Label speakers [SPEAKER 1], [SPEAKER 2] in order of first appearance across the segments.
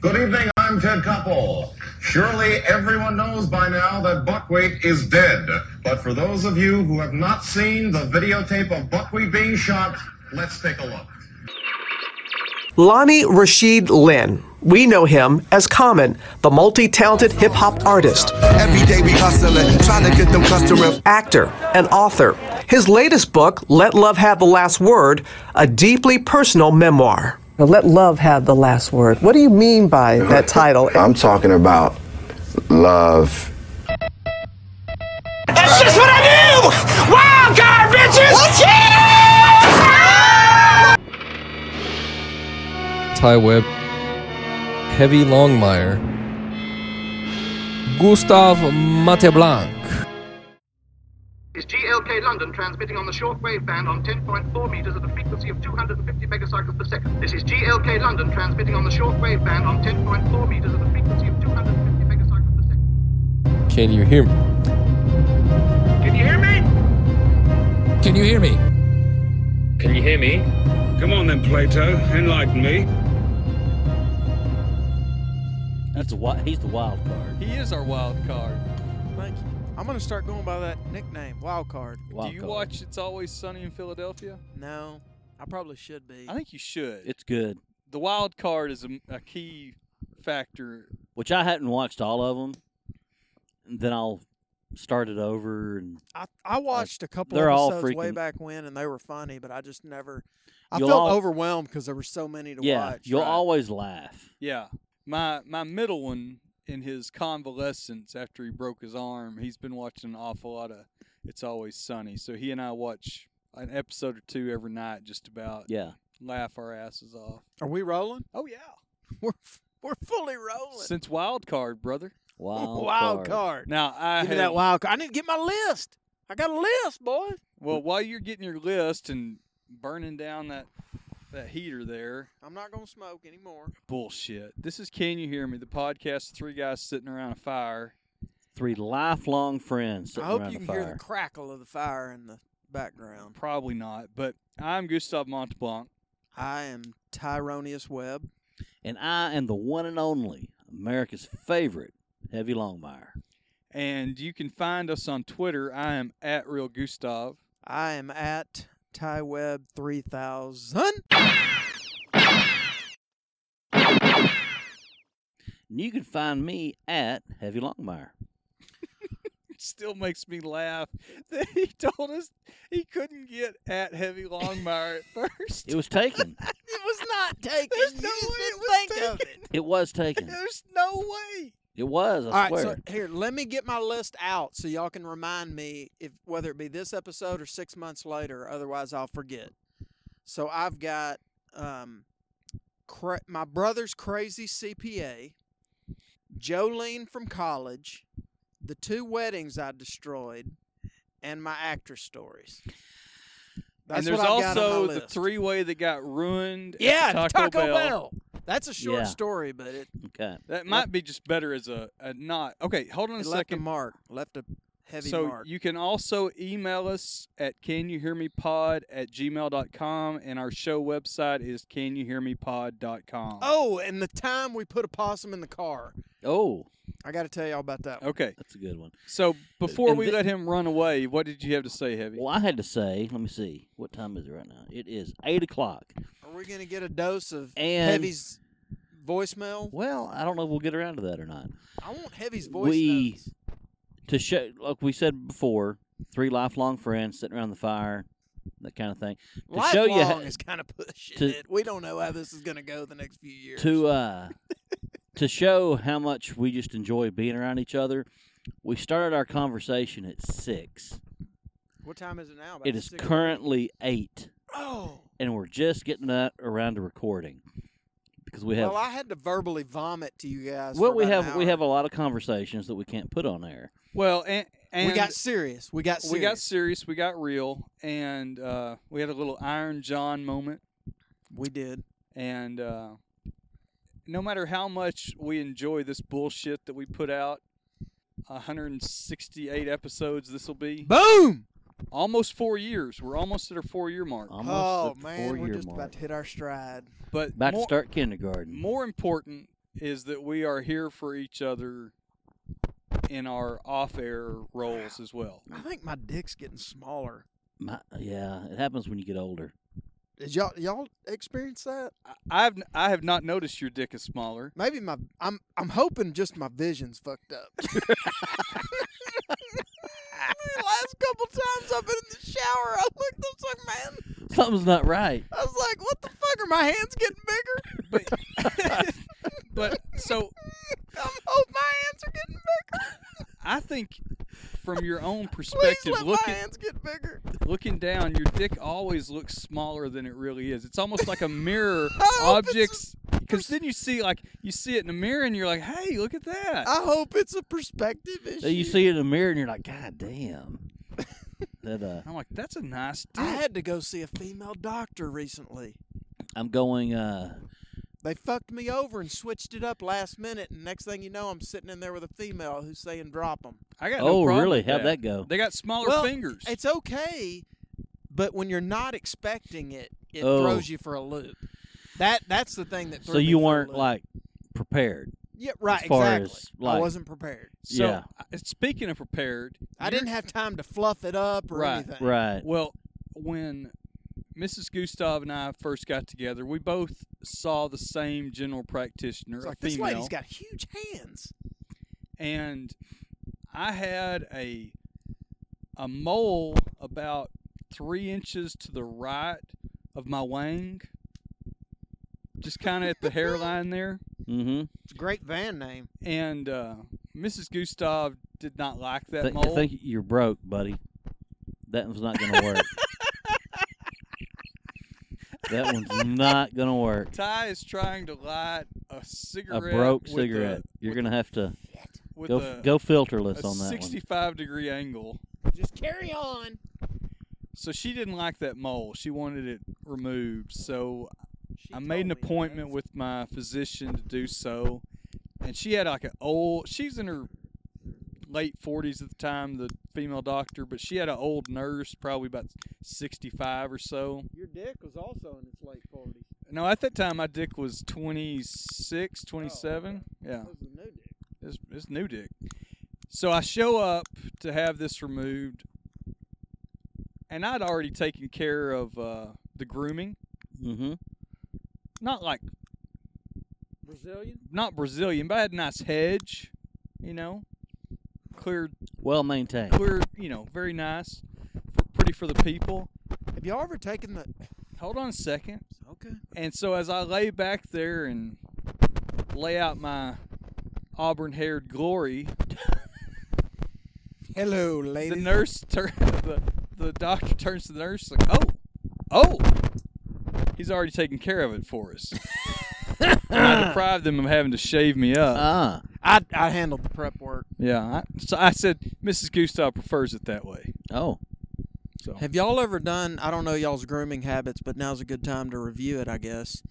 [SPEAKER 1] Good evening, I'm Ted Koppel. Surely everyone knows by now that buckwheat is dead. But for those of you who have not seen the videotape of buckwheat being shot, let's take a look.
[SPEAKER 2] Lonnie Rashid Lynn. We know him as Common, the multi talented hip hop artist,
[SPEAKER 3] Every day we hustling, trying to get them customers.
[SPEAKER 2] actor, and author. His latest book, Let Love Have the Last Word, a deeply personal memoir. Let Love Have the Last Word. What do you mean by that title?
[SPEAKER 4] I'm talking about love.
[SPEAKER 5] That's just what I do! Wild card, bitches! Yeah!
[SPEAKER 6] Ty Webb, Heavy Longmire, Gustav Mateblanc,
[SPEAKER 7] is GLK London transmitting on the shortwave band on 10.4 meters at a frequency of 250 megacycles per second. This is GLK London transmitting on the shortwave band on 10.4 meters at a frequency of 250 megacycles per second.
[SPEAKER 6] Can You Hear Me?
[SPEAKER 7] Can you hear me?
[SPEAKER 6] Can You Hear Me?
[SPEAKER 8] Can you hear me?
[SPEAKER 9] Come on then, Plato, enlighten me.
[SPEAKER 10] That's wi- he's the wild card.
[SPEAKER 6] He is our wild card.
[SPEAKER 11] Thank you. I'm gonna start going by that nickname, Wild Card.
[SPEAKER 10] Wild
[SPEAKER 6] Do you
[SPEAKER 10] card.
[SPEAKER 6] watch It's Always Sunny in Philadelphia?
[SPEAKER 11] No, I probably should be.
[SPEAKER 6] I think you should.
[SPEAKER 10] It's good.
[SPEAKER 6] the wild card is a, a key factor.
[SPEAKER 10] Which I hadn't watched all of them. And then I'll start it over and
[SPEAKER 11] I, I watched a couple
[SPEAKER 10] they're all
[SPEAKER 11] episodes way
[SPEAKER 10] freaking-
[SPEAKER 11] back when, and they were funny, but I just never. I
[SPEAKER 10] You'll
[SPEAKER 11] felt
[SPEAKER 10] all-
[SPEAKER 11] overwhelmed because there were so many to
[SPEAKER 10] yeah,
[SPEAKER 11] watch.
[SPEAKER 10] you'll
[SPEAKER 6] right.
[SPEAKER 10] always laugh.
[SPEAKER 6] Yeah. My my middle one in his convalescence after he broke his arm, he's been watching an awful lot of It's Always Sunny. So he and I watch an episode or two every night just about
[SPEAKER 10] Yeah.
[SPEAKER 6] laugh our asses off.
[SPEAKER 11] Are we rolling?
[SPEAKER 6] Oh yeah.
[SPEAKER 11] We're we're fully rolling.
[SPEAKER 6] Since wild card, brother.
[SPEAKER 10] Wild,
[SPEAKER 11] wild
[SPEAKER 10] card.
[SPEAKER 11] card.
[SPEAKER 6] Now I
[SPEAKER 11] Give me
[SPEAKER 6] have,
[SPEAKER 11] that wild card. I didn't get my list. I got a list, boy.
[SPEAKER 6] well while you're getting your list and burning down that that heater there.
[SPEAKER 11] I'm not gonna smoke anymore.
[SPEAKER 6] Bullshit. This is Can You Hear Me? The podcast three guys sitting around a fire.
[SPEAKER 10] Three lifelong friends. sitting
[SPEAKER 11] I hope
[SPEAKER 10] around
[SPEAKER 11] you
[SPEAKER 10] the
[SPEAKER 11] can hear
[SPEAKER 10] fire.
[SPEAKER 11] the crackle of the fire in the background.
[SPEAKER 6] Probably not, but I'm Gustav Montblanc.
[SPEAKER 11] I am Tyronius Webb.
[SPEAKER 10] And I am the one and only America's favorite Heavy Longmire.
[SPEAKER 6] and you can find us on Twitter. I am at Real Gustav.
[SPEAKER 11] I am at TyWeb E three thousand.
[SPEAKER 10] And you can find me at Heavy Longmire.
[SPEAKER 6] It still makes me laugh that he told us he couldn't get at Heavy Longmire at first.
[SPEAKER 10] It was taken.
[SPEAKER 11] It was not taken.
[SPEAKER 6] There's
[SPEAKER 11] You
[SPEAKER 6] no
[SPEAKER 11] just
[SPEAKER 6] way
[SPEAKER 11] didn't
[SPEAKER 6] it was
[SPEAKER 11] think of
[SPEAKER 6] taken.
[SPEAKER 11] it.
[SPEAKER 10] it was taken.
[SPEAKER 6] There's no way.
[SPEAKER 10] It was, I
[SPEAKER 11] All right,
[SPEAKER 10] swear.
[SPEAKER 11] so here, let me get my list out so y'all can remind me if whether it be this episode or six months later. Otherwise, I'll forget. So I've got um, cra- my brother's crazy CPA, Jolene from college, the two weddings I destroyed, and my actress stories. That's
[SPEAKER 6] and there's
[SPEAKER 11] what I've got on my
[SPEAKER 6] also the
[SPEAKER 11] list.
[SPEAKER 6] three way that got ruined. at the
[SPEAKER 11] Yeah,
[SPEAKER 6] Taco, Bell.
[SPEAKER 11] That's a short
[SPEAKER 10] Yeah.
[SPEAKER 11] story, but it,
[SPEAKER 10] okay.
[SPEAKER 6] That might be just better as a, a not. Okay, hold on a
[SPEAKER 11] it left a
[SPEAKER 6] second.
[SPEAKER 11] mark, left a heavy
[SPEAKER 6] so
[SPEAKER 11] mark.
[SPEAKER 6] you can also email us at can you hear me pod at gmail.com and our show website is can you hear me pod.com.
[SPEAKER 11] Oh, and the time we put a possum in the car.
[SPEAKER 10] Oh,
[SPEAKER 11] I got to tell y'all about that. one.
[SPEAKER 6] Okay.
[SPEAKER 10] that's a good one.
[SPEAKER 6] So before
[SPEAKER 10] And
[SPEAKER 6] we
[SPEAKER 10] thi-
[SPEAKER 6] let him run away, what did you have to say, Heavy?
[SPEAKER 10] Well, I had to say, let me see. What time is it right now? It is 8 o'clock.
[SPEAKER 11] Are we gonna get a dose of
[SPEAKER 10] And-
[SPEAKER 11] Heavy's voicemail?
[SPEAKER 10] Well, I don't know if we'll get around to that or not.
[SPEAKER 11] I want Heavy's voice
[SPEAKER 10] We-
[SPEAKER 11] notes.
[SPEAKER 10] To show, like we said before, three lifelong friends sitting around the fire, that kind of thing. To show you
[SPEAKER 11] Lifelong
[SPEAKER 10] ho-
[SPEAKER 11] is kind of pushing
[SPEAKER 10] to-
[SPEAKER 11] it. We don't know how this is gonna go the next few years.
[SPEAKER 10] to uh, to show how much we just enjoy being around each other. We started our conversation at six.
[SPEAKER 11] what time is it now? About
[SPEAKER 10] It is
[SPEAKER 11] six-
[SPEAKER 10] currently eight,
[SPEAKER 11] Oh.
[SPEAKER 10] and we're just getting that around to recording because we have
[SPEAKER 11] Well, I had to verbally vomit to you guys.
[SPEAKER 10] well
[SPEAKER 11] for
[SPEAKER 10] we
[SPEAKER 11] about an
[SPEAKER 10] have we
[SPEAKER 11] hour.
[SPEAKER 10] have a lot of conversations that we can't put on air.
[SPEAKER 6] well, and, and
[SPEAKER 11] we got serious. We got serious.
[SPEAKER 6] we got serious, we got real, and uh, we had a little Iron John moment.
[SPEAKER 11] We did.
[SPEAKER 6] And uh, no matter how much we enjoy this bullshit that we put out, 168 episodes this will be
[SPEAKER 11] Boom!
[SPEAKER 6] almost four years. We're almost at our four year mark.
[SPEAKER 10] Almost
[SPEAKER 11] oh
[SPEAKER 10] at the
[SPEAKER 11] man, we're
[SPEAKER 10] four-year
[SPEAKER 11] just
[SPEAKER 10] mark.
[SPEAKER 11] about to hit our stride.
[SPEAKER 6] But
[SPEAKER 10] About
[SPEAKER 6] more,
[SPEAKER 10] to start kindergarten.
[SPEAKER 6] more important is that we are here for each other in our off-air roles as well.
[SPEAKER 11] I think my dick's getting smaller.
[SPEAKER 10] My, yeah, it happens when you get older.
[SPEAKER 11] Did y'all y'all experience that?
[SPEAKER 6] I've I have not noticed your dick is smaller.
[SPEAKER 11] Maybe my I'm I'm hoping just my vision's fucked up. Last couple times I've been in the shower, I looked up like, man,
[SPEAKER 10] Something's not right.
[SPEAKER 11] I was like, what the fuck are my hands getting bigger?
[SPEAKER 6] But so
[SPEAKER 11] I'm hoping my hands are getting bigger.
[SPEAKER 6] I think from your own
[SPEAKER 11] Please
[SPEAKER 6] perspective,
[SPEAKER 11] let my
[SPEAKER 6] looking
[SPEAKER 11] hands get bigger.
[SPEAKER 6] looking down, your dick always looks smaller than it really is. It's almost like a mirror
[SPEAKER 11] I hope
[SPEAKER 6] objects because then you see like you see it in the mirror and you're like, hey, look at that.
[SPEAKER 11] I hope it's a perspective issue.
[SPEAKER 10] So Uh, you see it in the mirror and you're like, God damn. that uh,
[SPEAKER 6] I'm like, that's a nice
[SPEAKER 11] I
[SPEAKER 6] dick.
[SPEAKER 11] had to go see a female doctor recently.
[SPEAKER 10] I'm going. uh
[SPEAKER 11] They fucked me over and switched it up last minute, and next thing you know, I'm sitting in there with a female who's saying drop them.
[SPEAKER 6] I got no
[SPEAKER 10] Oh,
[SPEAKER 6] problem
[SPEAKER 10] really?
[SPEAKER 6] with
[SPEAKER 10] How'd that go?
[SPEAKER 6] They got smaller
[SPEAKER 11] well,
[SPEAKER 6] fingers.
[SPEAKER 11] It's okay, but when you're not expecting it, it
[SPEAKER 10] Oh.
[SPEAKER 11] throws you for a loop. That that's the thing that. Threw
[SPEAKER 10] So
[SPEAKER 11] me
[SPEAKER 10] you
[SPEAKER 11] for a
[SPEAKER 10] weren't
[SPEAKER 11] loop.
[SPEAKER 10] like prepared.
[SPEAKER 11] yeah, right,
[SPEAKER 10] as far
[SPEAKER 11] exactly.
[SPEAKER 10] as,
[SPEAKER 11] I
[SPEAKER 10] like-
[SPEAKER 11] wasn't prepared.
[SPEAKER 6] so,
[SPEAKER 10] yeah.
[SPEAKER 6] I- speaking of prepared,
[SPEAKER 11] I didn't
[SPEAKER 6] you're-
[SPEAKER 11] have time to fluff it up or
[SPEAKER 6] Right,
[SPEAKER 11] anything.
[SPEAKER 10] Right.
[SPEAKER 6] Well, when Mrs. Gustav and I first got together, we both saw the same general practitioner,
[SPEAKER 11] It's
[SPEAKER 6] a
[SPEAKER 11] like this
[SPEAKER 6] female,
[SPEAKER 11] lady's got huge hands.
[SPEAKER 6] and I had a a mole about three inches to the right of my wang, just kind of at the hairline there.
[SPEAKER 10] Mm-hmm.
[SPEAKER 11] It's a great van name.
[SPEAKER 6] And uh, Mrs. Gustav did not like that
[SPEAKER 10] Th- I
[SPEAKER 6] mole.
[SPEAKER 10] think you're broke, buddy. That one's not gonna work. that one's not gonna work.
[SPEAKER 6] Ty is trying to light a cigarette.
[SPEAKER 10] A broke
[SPEAKER 6] with
[SPEAKER 10] cigarette. you're gonna have to
[SPEAKER 6] with
[SPEAKER 10] go
[SPEAKER 6] a,
[SPEAKER 10] go
[SPEAKER 6] a
[SPEAKER 10] filterless on that one.
[SPEAKER 6] 65 degree angle.
[SPEAKER 11] Just carry on.
[SPEAKER 6] So she didn't like that mole. She wanted it removed. So
[SPEAKER 11] She
[SPEAKER 6] I made an
[SPEAKER 11] told me that.
[SPEAKER 6] appointment with my physician to do so. And she had like an old, she's in her late 40s at the time, the female doctor, but she had an old nurse, probably about 65 or so.
[SPEAKER 11] Your dick was also in its late forties.
[SPEAKER 6] No, at that time, my dick was 26, 27. Yeah.
[SPEAKER 11] That Oh, was the new dick.
[SPEAKER 6] It's, it's new dick. So I show up to have this removed, and I'd already taken care of uh, the grooming.
[SPEAKER 10] Mm-hmm.
[SPEAKER 6] Not like
[SPEAKER 11] Brazilian.
[SPEAKER 6] not Brazilian, but I had a nice hedge, you know, clear,
[SPEAKER 10] Well maintained.
[SPEAKER 6] clear, you know, very nice, for, pretty for the people.
[SPEAKER 11] Have y'all ever taken the?
[SPEAKER 6] Hold on a second.
[SPEAKER 11] Okay.
[SPEAKER 6] And so as I lay back there and lay out my auburn-haired glory,
[SPEAKER 11] Hello, lady.
[SPEAKER 6] the nurse turn the, the doctor turns to the nurse like oh oh he's already taken care of it for us and i deprived them of having to shave me up
[SPEAKER 10] Ah.
[SPEAKER 11] I I handled the prep work.
[SPEAKER 6] yeah I, so i said mrs gustav prefers it that way
[SPEAKER 10] Oh.
[SPEAKER 6] so
[SPEAKER 11] Have y'all ever done? I don't know y'all's grooming habits, but now's a good time to review it, I guess.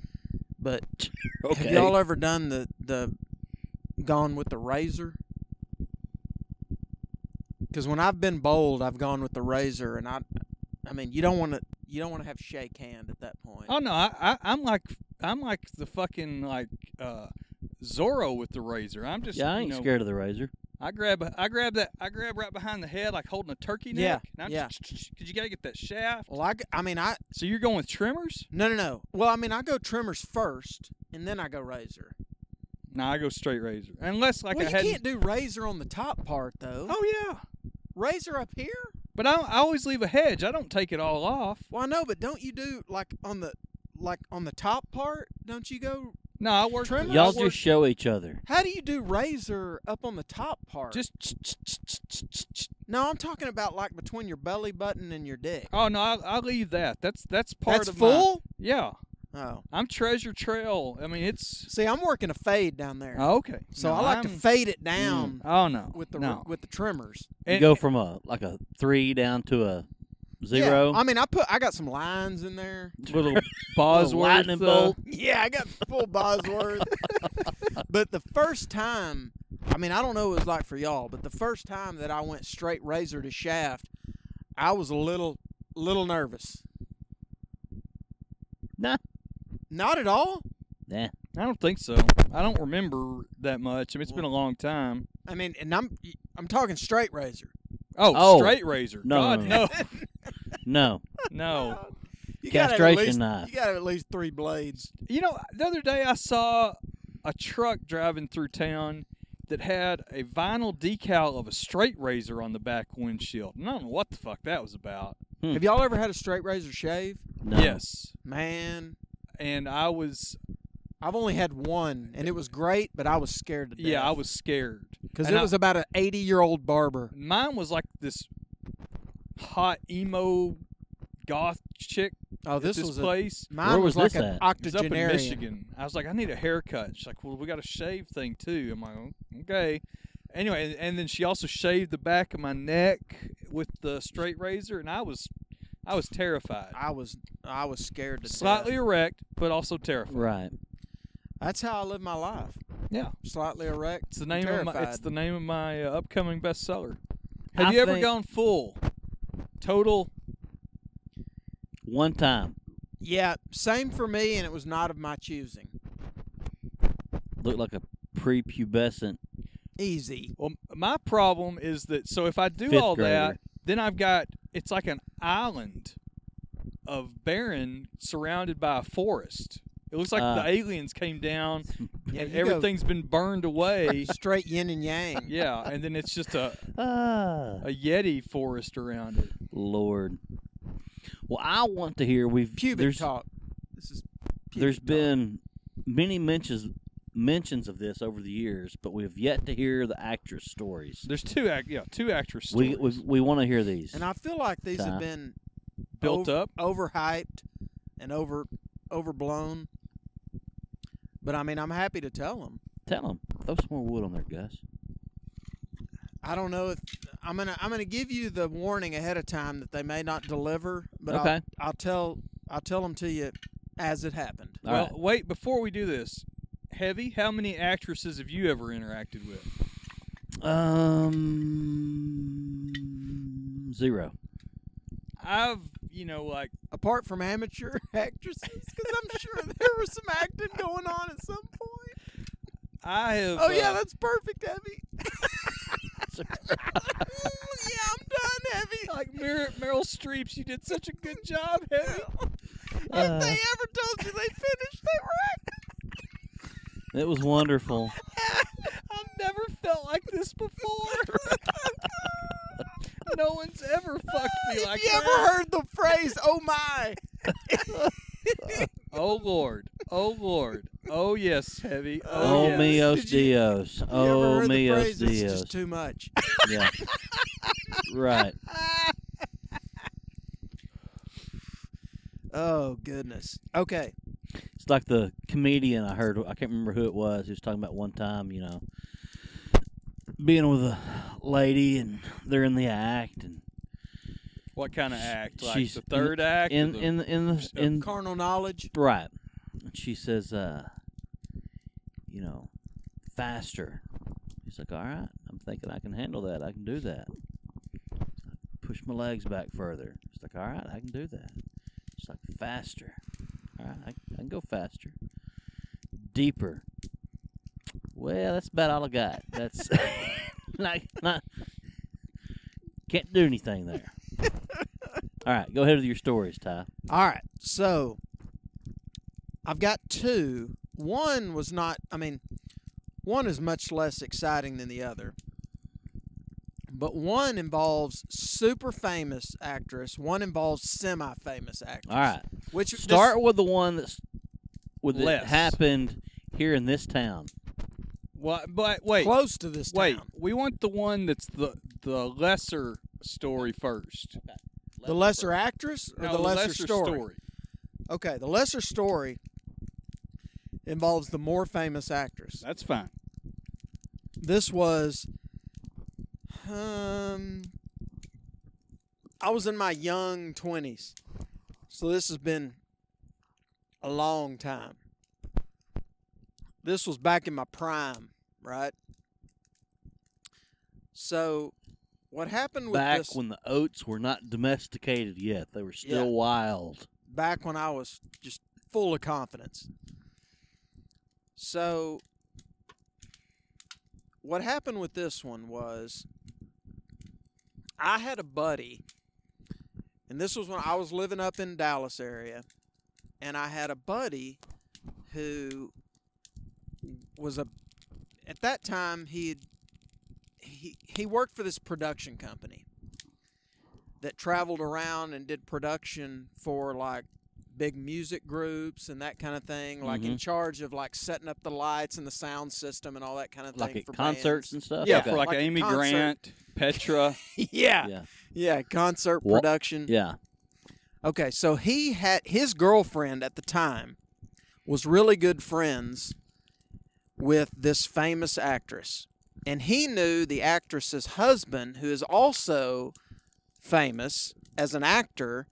[SPEAKER 11] But have
[SPEAKER 10] Okay.
[SPEAKER 11] y'all ever done the the gone with the razor? Because when I've been bold, I've gone with the razor, and I, I mean, you don't want to you don't want to have shake hand at that point.
[SPEAKER 6] oh no I, I i'm like i'm like the fucking like uh zorro with the razor i'm just
[SPEAKER 10] yeah, I
[SPEAKER 6] you
[SPEAKER 10] ain't
[SPEAKER 6] know,
[SPEAKER 10] scared of the razor.
[SPEAKER 6] i grab i grab that i grab right behind the head like holding a turkey
[SPEAKER 11] Yeah,
[SPEAKER 6] neck and I'm
[SPEAKER 11] yeah.
[SPEAKER 6] just, cause you gotta get that shaft
[SPEAKER 11] Well, I, g- I mean, I
[SPEAKER 6] so you're going with trimmers
[SPEAKER 11] no no no. Well, I mean, I go trimmers first, and then I go razor.
[SPEAKER 6] no i go straight razor unless like
[SPEAKER 11] well,
[SPEAKER 6] i
[SPEAKER 11] you
[SPEAKER 6] had
[SPEAKER 11] can't do razor on the top part though.
[SPEAKER 6] oh yeah
[SPEAKER 11] Razor up here?
[SPEAKER 6] But I, I always leave a hedge. I don't take it all off.
[SPEAKER 11] Well, I know, but don't you do like on the like on the top part? Don't you go?
[SPEAKER 6] No, I work.
[SPEAKER 11] Trim
[SPEAKER 6] I
[SPEAKER 10] Y'all
[SPEAKER 6] work-
[SPEAKER 10] just show each other.
[SPEAKER 11] How do you do razor up on the top part?
[SPEAKER 6] just.
[SPEAKER 11] no, I'm talking about like between your belly button and your dick.
[SPEAKER 6] Oh no, I, I leave that. That's that's part
[SPEAKER 11] That's
[SPEAKER 6] of my-
[SPEAKER 11] full.
[SPEAKER 6] yeah,
[SPEAKER 11] Oh,
[SPEAKER 6] I'm Treasure Trail. I mean, it's
[SPEAKER 11] see, I'm working a fade down there,
[SPEAKER 6] oh, okay.
[SPEAKER 11] so
[SPEAKER 6] No,
[SPEAKER 11] I like to
[SPEAKER 6] I'm-
[SPEAKER 11] fade it down
[SPEAKER 6] Oh no,
[SPEAKER 11] with the
[SPEAKER 6] no.
[SPEAKER 11] with the trimmers.
[SPEAKER 10] You
[SPEAKER 6] And-
[SPEAKER 10] go from a like a three down to a
[SPEAKER 11] Yeah,
[SPEAKER 10] zero.
[SPEAKER 11] I mean, I put I got some lines in there.
[SPEAKER 6] little
[SPEAKER 10] Little
[SPEAKER 6] Bosworth.
[SPEAKER 10] lightning
[SPEAKER 6] uh,
[SPEAKER 10] bolt.
[SPEAKER 11] Yeah, I got full Bosworth. but the first time, I mean, I don't know what it was like for y'all, but the first time that I went straight razor to shaft, I was a little, little nervous.
[SPEAKER 10] Nah.
[SPEAKER 11] Not at all.
[SPEAKER 10] Nah.
[SPEAKER 6] I don't think so. I don't remember that much. I mean, it's been a long time.
[SPEAKER 11] I mean, and I'm I'm talking straight razor.
[SPEAKER 6] Oh,
[SPEAKER 10] Oh,
[SPEAKER 6] straight razor.
[SPEAKER 10] no,
[SPEAKER 6] God,
[SPEAKER 10] no,
[SPEAKER 6] no.
[SPEAKER 10] No.
[SPEAKER 6] No.
[SPEAKER 11] You gotta have at
[SPEAKER 10] Castration
[SPEAKER 11] least-
[SPEAKER 10] knife.
[SPEAKER 11] You got to have at least three blades.
[SPEAKER 6] You know, the other day I saw a truck driving through town that had a vinyl decal of a straight razor on the back windshield. And I don't know what the fuck that was about.
[SPEAKER 10] Hmm.
[SPEAKER 11] Have y'all ever had a straight razor shave?
[SPEAKER 10] No.
[SPEAKER 6] Yes.
[SPEAKER 11] Man,
[SPEAKER 6] And I was,
[SPEAKER 11] I've only had one, and it was great, but I was scared to death.
[SPEAKER 6] yeah, I was scared.
[SPEAKER 11] because
[SPEAKER 6] And
[SPEAKER 11] it
[SPEAKER 6] I-
[SPEAKER 11] was about an eighty-year-old barber.
[SPEAKER 6] Mine was like this hot emo goth chick.
[SPEAKER 11] Oh,
[SPEAKER 6] at
[SPEAKER 11] this,
[SPEAKER 6] this
[SPEAKER 11] was
[SPEAKER 6] place.
[SPEAKER 11] A, mine
[SPEAKER 10] Where was
[SPEAKER 11] was, like
[SPEAKER 10] this
[SPEAKER 11] an
[SPEAKER 10] at?
[SPEAKER 6] It was up in
[SPEAKER 11] octogenarian.
[SPEAKER 6] Michigan. I was like, I need a haircut. She's like, Well, we got a shave thing too. I'm like, "Oh, okay. Anyway, and, and then she also shaved the back of my neck with the straight razor, and I was, I was terrified.
[SPEAKER 11] I was I was scared to
[SPEAKER 6] Slightly
[SPEAKER 11] death.
[SPEAKER 6] erect, but also terrified.
[SPEAKER 10] Right.
[SPEAKER 11] That's how I live my life.
[SPEAKER 6] Yeah,
[SPEAKER 11] Slightly erect.
[SPEAKER 6] it's the name
[SPEAKER 11] terrified.
[SPEAKER 6] of my, it's the name of my uh, upcoming bestseller. Have you ever
[SPEAKER 10] think-
[SPEAKER 6] gone full, total?
[SPEAKER 10] One time.
[SPEAKER 11] yeah. Same for me, and it was not of my choosing.
[SPEAKER 10] Looked like a prepubescent.
[SPEAKER 11] Easy.
[SPEAKER 6] Well, my problem is that so if I do
[SPEAKER 10] Fifth
[SPEAKER 6] all that,
[SPEAKER 10] grader.
[SPEAKER 6] then I've got it's like an island of barren surrounded by a forest. It looks like
[SPEAKER 10] Uh.
[SPEAKER 6] the aliens came down
[SPEAKER 11] Yeah,
[SPEAKER 6] and
[SPEAKER 11] you go
[SPEAKER 6] everything's been burned away.
[SPEAKER 11] straight yin and yang.
[SPEAKER 6] yeah, and then it's just a
[SPEAKER 10] Ah.
[SPEAKER 6] a yeti forest around it.
[SPEAKER 10] Lord. Well, I want to hear we've
[SPEAKER 11] Pubic
[SPEAKER 10] there's
[SPEAKER 11] talk. This is. Pubic
[SPEAKER 10] there's
[SPEAKER 11] talk.
[SPEAKER 10] been many mentions mentions of this over the years, but we've yet to hear the actress stories.
[SPEAKER 6] There's two act yeah, two actress
[SPEAKER 10] We
[SPEAKER 6] stories
[SPEAKER 10] we, we want to hear these.
[SPEAKER 11] and I feel like these
[SPEAKER 10] Time.
[SPEAKER 11] have been
[SPEAKER 6] built
[SPEAKER 11] ov-
[SPEAKER 6] up.
[SPEAKER 11] overhyped, and over overblown. But I mean, I'm happy to tell them.
[SPEAKER 10] Tell them throw some more wood on there, Gus.
[SPEAKER 11] I don't know if I'm gonna I'm gonna give you the warning ahead of time that they may not deliver, but
[SPEAKER 10] Okay.
[SPEAKER 11] I'll, I'll tell I'll tell them to you as it happened.
[SPEAKER 10] All
[SPEAKER 6] well,
[SPEAKER 10] right.
[SPEAKER 6] wait, before we do this, Heavy, how many actresses have you ever interacted with?
[SPEAKER 10] Um, zero.
[SPEAKER 6] I've, you know, like
[SPEAKER 11] Apart from amateur actresses, because I'm sure there was some acting going on at some point.
[SPEAKER 6] I have
[SPEAKER 11] Oh yeah,
[SPEAKER 6] uh,
[SPEAKER 11] that's perfect, Heavy. yeah, I'm done, Heavy.
[SPEAKER 6] like Mer- Meryl Streep, you did such a good job, Heavy.
[SPEAKER 11] if they ever told you they finished, they were acting.
[SPEAKER 10] It was wonderful.
[SPEAKER 6] I've never felt like this before. no one's ever fucked me like
[SPEAKER 11] if you
[SPEAKER 6] that.
[SPEAKER 11] ever heard the phrase "Oh my,"
[SPEAKER 6] Oh Lord, oh Lord, oh yes, Heavy. Oh,
[SPEAKER 10] Oh,
[SPEAKER 6] yes.
[SPEAKER 10] mios
[SPEAKER 11] Did you-
[SPEAKER 10] dios.
[SPEAKER 11] you ever
[SPEAKER 10] oh
[SPEAKER 11] heard the
[SPEAKER 10] mios
[SPEAKER 11] phrase, "This is
[SPEAKER 10] dios.
[SPEAKER 11] just too much.
[SPEAKER 10] yeah. Right.
[SPEAKER 11] Oh goodness. Okay.
[SPEAKER 10] It's like the comedian I heard. I can't remember who it was. He was talking about one time, you know, being with a lady and they're in the act and
[SPEAKER 6] What kind of act? Like
[SPEAKER 10] she's
[SPEAKER 6] the third act? or
[SPEAKER 10] in
[SPEAKER 6] the-
[SPEAKER 10] in in the
[SPEAKER 6] uh,
[SPEAKER 10] in
[SPEAKER 11] Carnal knowledge.
[SPEAKER 10] right. And she says, uh, you know, faster. He's like, all right. I'm thinking I can handle that. I can do that. Push my legs back further. He's like, all right, I can do that. She's like, faster. All right, I, I can go faster. Deeper. Well, that's about all I got. That's not, not can't do anything there. all right, go ahead with your stories, Ty.
[SPEAKER 11] All right. So I've got two. One was not, I mean, one is much less exciting than the other. But one involves super famous actress, one involves semi famous actress.
[SPEAKER 10] All right.
[SPEAKER 11] Which this-
[SPEAKER 10] Start with the one that's with that
[SPEAKER 6] Less.
[SPEAKER 10] happened here in this town.
[SPEAKER 6] What- but wait,
[SPEAKER 11] close to this
[SPEAKER 6] wait.
[SPEAKER 11] town.
[SPEAKER 6] We want the one that's the the lesser story first.
[SPEAKER 11] The lesser actress or
[SPEAKER 6] No,
[SPEAKER 11] the lesser,
[SPEAKER 6] story.
[SPEAKER 11] Okay, the lesser story involves the more famous actress.
[SPEAKER 6] That's fine.
[SPEAKER 11] this was um I was in my young 20s. So this has been a long time. This was back in my prime, right? So what happened with
[SPEAKER 10] Back
[SPEAKER 11] this
[SPEAKER 10] when the oats were not domesticated yet, they were still
[SPEAKER 11] Yeah.
[SPEAKER 10] wild.
[SPEAKER 11] back when I was just full of confidence. So what happened with this one was I had a buddy and this was when I was living up in Dallas area and I had a buddy who was a at that time he had, he he worked for this production company that traveled around and did production for like big music groups and that kind of thing like in
[SPEAKER 10] Mhm.
[SPEAKER 11] charge of like setting up the lights and the sound system and all that kind of
[SPEAKER 10] Like
[SPEAKER 11] thing
[SPEAKER 10] at
[SPEAKER 11] for
[SPEAKER 10] concerts
[SPEAKER 11] bands.
[SPEAKER 10] and stuff?
[SPEAKER 6] Yeah,
[SPEAKER 10] Okay.
[SPEAKER 6] for like,
[SPEAKER 11] Like a
[SPEAKER 6] Amy
[SPEAKER 11] concert.
[SPEAKER 6] Grant, Petra.
[SPEAKER 11] yeah.
[SPEAKER 10] Yeah.
[SPEAKER 11] yeah. concert
[SPEAKER 10] Wha-
[SPEAKER 11] production.
[SPEAKER 10] Yeah.
[SPEAKER 11] Okay, so he had his girlfriend at the time was really good friends with this famous actress. And he knew the actress's husband who is also famous as an actor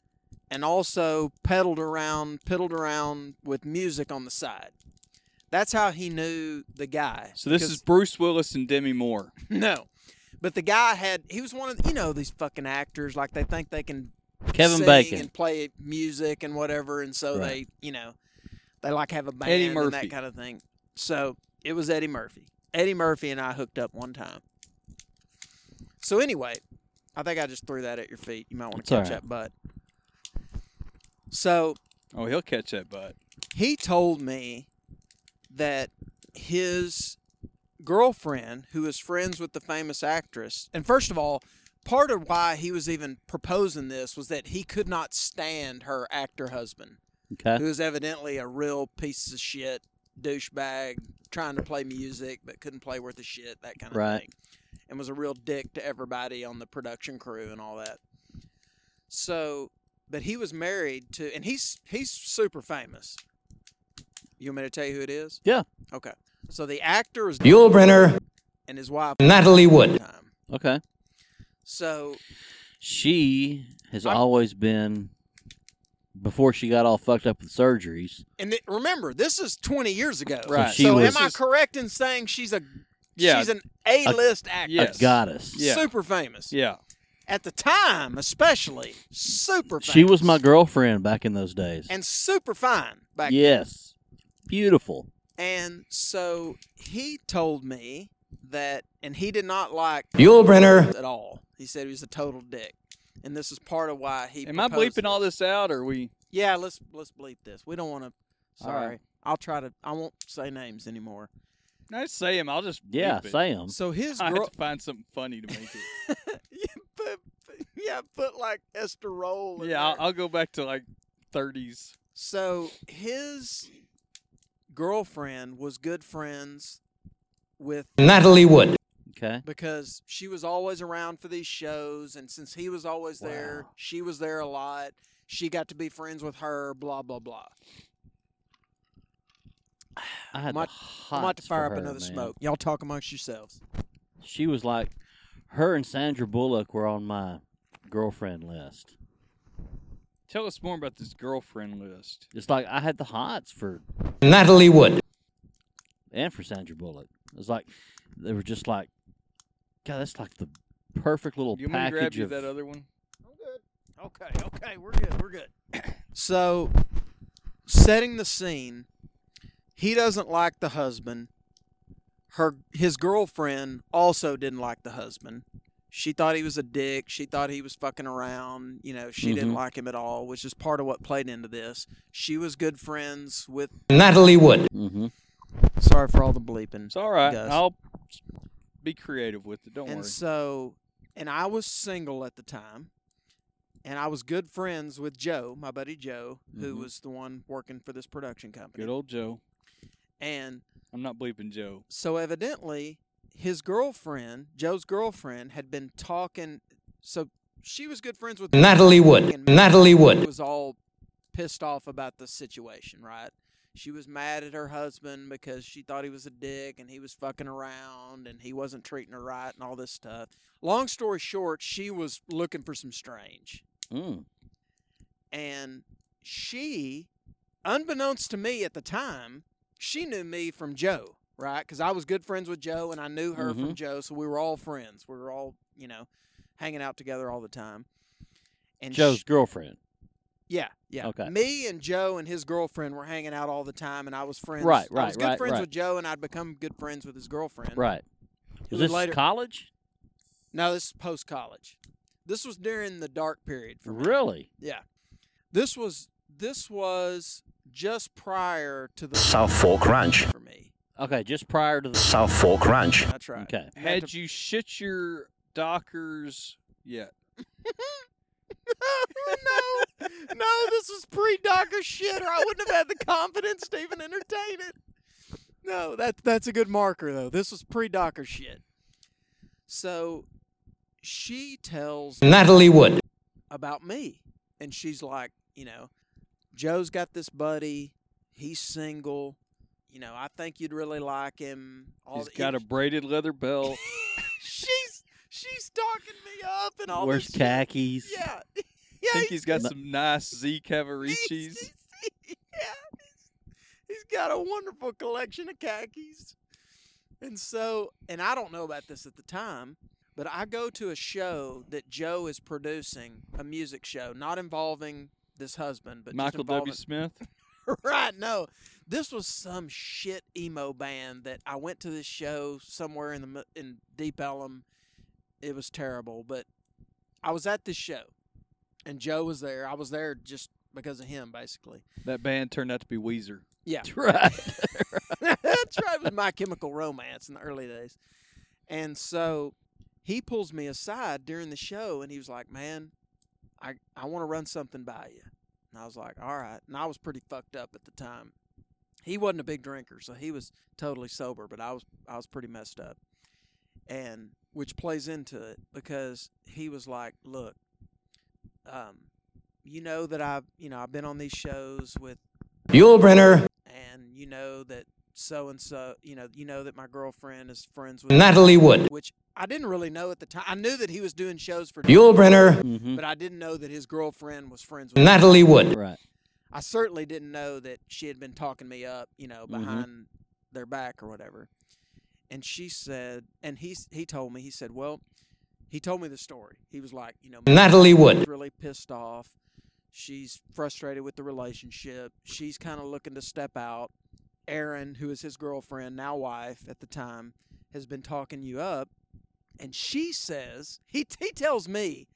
[SPEAKER 11] and also peddled around piddled around with music on the side. That's how he knew the guy.
[SPEAKER 6] So this
[SPEAKER 11] 'Cause-
[SPEAKER 6] is Bruce Willis and Demi Moore.
[SPEAKER 11] no. But the guy had he was one of you know these fucking actors like they think they can
[SPEAKER 10] Kevin
[SPEAKER 11] sing
[SPEAKER 10] Bacon.
[SPEAKER 11] and play music and whatever and so
[SPEAKER 10] Right.
[SPEAKER 11] they you know they like have a band
[SPEAKER 6] Eddie
[SPEAKER 11] and
[SPEAKER 6] Murphy.
[SPEAKER 11] that kind of thing. So it was Eddie Murphy. Eddie Murphy and I hooked up one time. So anyway, I think I just threw that at your feet. You might want
[SPEAKER 10] It's
[SPEAKER 11] to catch
[SPEAKER 10] all right.
[SPEAKER 11] that butt. So
[SPEAKER 6] Oh, he'll catch that butt.
[SPEAKER 11] he told me that his girlfriend, who is friends with the famous actress, and first of all, part of why he was even proposing this was that he could not stand her actor husband,
[SPEAKER 10] Okay.
[SPEAKER 11] who is evidently a real piece of shit douchebag trying to play music but couldn't play worth a shit, that kind of
[SPEAKER 10] Right.
[SPEAKER 11] thing, and was a real dick to everybody on the production crew and all that. So, but he was married to, and he's he's super famous. You want me to tell you who it is?
[SPEAKER 10] Yeah.
[SPEAKER 11] Okay. So the actor is
[SPEAKER 12] Yul Brynner
[SPEAKER 11] and his wife
[SPEAKER 12] Natalie Wood.
[SPEAKER 11] Time.
[SPEAKER 10] Okay.
[SPEAKER 11] So
[SPEAKER 10] She has always been before she got all fucked up with surgeries.
[SPEAKER 11] and th- remember, this is twenty years ago.
[SPEAKER 10] Right.
[SPEAKER 11] So,
[SPEAKER 10] she was-
[SPEAKER 11] am I correct in saying she's a
[SPEAKER 10] Yeah.
[SPEAKER 11] she's an A list actress?
[SPEAKER 10] A goddess.
[SPEAKER 11] Super famous.
[SPEAKER 6] Yeah.
[SPEAKER 11] At the time, especially, super famous.
[SPEAKER 10] She was my girlfriend back in those days.
[SPEAKER 11] and super fine back then.
[SPEAKER 10] yes. Beautiful.
[SPEAKER 11] And so he told me that, and he did not like
[SPEAKER 12] Yul Brynner.
[SPEAKER 11] at all. He said he was a total dick, and this is part of why he.
[SPEAKER 6] Am I
[SPEAKER 11] proposed
[SPEAKER 6] bleeping all this out, or are we?
[SPEAKER 11] Yeah, let's let's bleep this. We don't want to.
[SPEAKER 6] All right.
[SPEAKER 11] Sorry, I'll try to. I won't say names anymore.
[SPEAKER 6] No, say him. I'll just
[SPEAKER 10] Yeah,
[SPEAKER 6] bleep it.
[SPEAKER 10] say 'em.
[SPEAKER 11] So his
[SPEAKER 6] I have
[SPEAKER 11] girl,
[SPEAKER 6] to find something funny to make it.
[SPEAKER 11] yeah, put like Esther Roll. in
[SPEAKER 6] yeah, I'll,
[SPEAKER 11] there.
[SPEAKER 6] I'll go back to like 30s.
[SPEAKER 11] So his girlfriend was good friends with
[SPEAKER 12] Natalie Wood.
[SPEAKER 10] Okay.
[SPEAKER 11] because she was always around for these shows and since he was always there she was there a lot she got to be friends with her blah blah blah
[SPEAKER 10] I had
[SPEAKER 11] I'm about-
[SPEAKER 10] the
[SPEAKER 11] i'm about
[SPEAKER 10] hots
[SPEAKER 11] to
[SPEAKER 10] for
[SPEAKER 11] fire up
[SPEAKER 10] her,
[SPEAKER 11] another
[SPEAKER 10] man.
[SPEAKER 11] smoke y'all talk amongst yourselves
[SPEAKER 10] She was like her and Sandra Bullock were on my girlfriend list.
[SPEAKER 6] Tell us more about this girlfriend list.
[SPEAKER 10] It's like I had the hots for
[SPEAKER 12] Natalie Wood.
[SPEAKER 10] and for Sandra Bullock. It was like they were just like, God, that's like the perfect little
[SPEAKER 6] You want me to
[SPEAKER 10] package
[SPEAKER 6] grab you
[SPEAKER 10] of
[SPEAKER 6] that other one?
[SPEAKER 11] okay okay we're good we're good so setting the scene he doesn't like the husband her his girlfriend also didn't like the husband she thought he was a dick she thought he was fucking around you know she didn't
[SPEAKER 6] Mm-hmm.
[SPEAKER 10] Mhm.
[SPEAKER 11] like him at all which is part of what played into this she was good friends with
[SPEAKER 12] Natalie Wood.
[SPEAKER 10] Mm-hmm.
[SPEAKER 11] sorry for all the bleeping
[SPEAKER 6] It's all right.
[SPEAKER 11] Gus.
[SPEAKER 6] I'll be creative with it. Don't
[SPEAKER 11] and
[SPEAKER 6] worry.
[SPEAKER 11] so and i was single at the time and i was good friends with joe my buddy joe who
[SPEAKER 6] Mhm.
[SPEAKER 11] was the one working for this production company
[SPEAKER 6] Good old Joe.
[SPEAKER 11] and
[SPEAKER 6] I'm not bleeping Joe.
[SPEAKER 11] so evidently his girlfriend joe's girlfriend had been talking so she was good friends with
[SPEAKER 12] Natalie Wood.
[SPEAKER 11] and
[SPEAKER 12] Natalie Wood.
[SPEAKER 11] was all pissed off about the situation right she was mad at her husband because she thought he was a dick and he was fucking around and he wasn't treating her right and all this stuff long story short she was looking for some strange
[SPEAKER 10] Mm.
[SPEAKER 11] and she, unbeknownst to me at the time, she knew me from Joe, right? Because I was good friends with Joe, and I knew her from
[SPEAKER 10] Mhm.
[SPEAKER 11] Joe, so we were all friends. We were all, you know, hanging out together all the time. And
[SPEAKER 10] Joe's
[SPEAKER 11] sh-
[SPEAKER 10] girlfriend.
[SPEAKER 11] Yeah, yeah.
[SPEAKER 10] Okay.
[SPEAKER 11] Me and Joe and his girlfriend were hanging out all the time, and I was friends.
[SPEAKER 10] Right,
[SPEAKER 11] I was
[SPEAKER 10] right,
[SPEAKER 11] good
[SPEAKER 10] right,
[SPEAKER 11] friends
[SPEAKER 10] right.
[SPEAKER 11] with Joe, and I'd become good friends with his girlfriend.
[SPEAKER 10] Right. Was
[SPEAKER 11] Who
[SPEAKER 10] this
[SPEAKER 11] later-
[SPEAKER 10] college?
[SPEAKER 11] No, this is post college. This was during the dark period for me.
[SPEAKER 10] Really?
[SPEAKER 11] Yeah. This was this was just prior to the
[SPEAKER 12] Ranch.
[SPEAKER 11] For me.
[SPEAKER 10] Okay, just prior to the
[SPEAKER 12] South Fork Ranch.
[SPEAKER 11] That's right.
[SPEAKER 10] Okay.
[SPEAKER 6] Had you shit your Dockers yet?
[SPEAKER 11] Oh, no, no, this was pre Docker shit, or I wouldn't have had the confidence to even entertain it. No, that that's a good marker though. This was pre Docker shit. So she tells me
[SPEAKER 12] Natalie Wood.
[SPEAKER 11] about me, and she's like, you know, Joe's got this buddy, he's single. You know, I think you'd really like him. All
[SPEAKER 6] He's
[SPEAKER 11] the-
[SPEAKER 6] got a braided leather belt.
[SPEAKER 11] she's she's talking me up and all
[SPEAKER 10] Wears
[SPEAKER 11] this.
[SPEAKER 10] khakis.
[SPEAKER 11] Yeah,
[SPEAKER 6] I
[SPEAKER 11] yeah.
[SPEAKER 6] think he's got
[SPEAKER 10] he's-
[SPEAKER 6] some nice Z Cavaricis.
[SPEAKER 11] He's got a wonderful collection of khakis. And so, and I don't know about this at the time, but I go to a show that Joe is producing, a music show, not involving this husband, but just
[SPEAKER 6] Michael W.
[SPEAKER 11] involving-
[SPEAKER 6] Smith.
[SPEAKER 11] right, no. This was some shit emo band that I went to this show somewhere in the mi- in Deep Ellum. It was terrible, but I was at this show, and Joe was there. I was there just because of him, basically.
[SPEAKER 6] That band turned out to be Weezer.
[SPEAKER 11] Yeah.
[SPEAKER 10] Right.
[SPEAKER 11] That's right. It was My Chemical Romance in the early days. And so he pulls me aside during the show and he was like, Man, I, I want to run something by you. And I was like, All right. And I was pretty fucked up at the time. He wasn't a big drinker, so he was totally sober, but I was I was pretty messed up. And which plays into it because he was like, Look, um, you know that I've you know, I've been on these shows with
[SPEAKER 12] Yulebrenner.
[SPEAKER 11] and you know that so and so, you know, you know that my girlfriend is friends with
[SPEAKER 12] Natalie Wood.
[SPEAKER 11] which I didn't really know at the time. I knew that he was doing shows for
[SPEAKER 12] Yulebrenner.
[SPEAKER 11] but I didn't know that his girlfriend was friends with
[SPEAKER 12] Natalie Wood.
[SPEAKER 10] Right.
[SPEAKER 11] I certainly didn't know that she had been talking me up, you know,
[SPEAKER 12] Mm-hmm.
[SPEAKER 11] behind their back or whatever. And she said, and he s- he told me, he said, well, he told me the story. He was like, you know, my
[SPEAKER 12] Natalie Wood.
[SPEAKER 11] girlfriend's really pissed off. She's frustrated with the relationship. She's kind of looking to step out. Aaron, who is his girlfriend, now wife at the time, has been talking you up. And she says, he, he tells me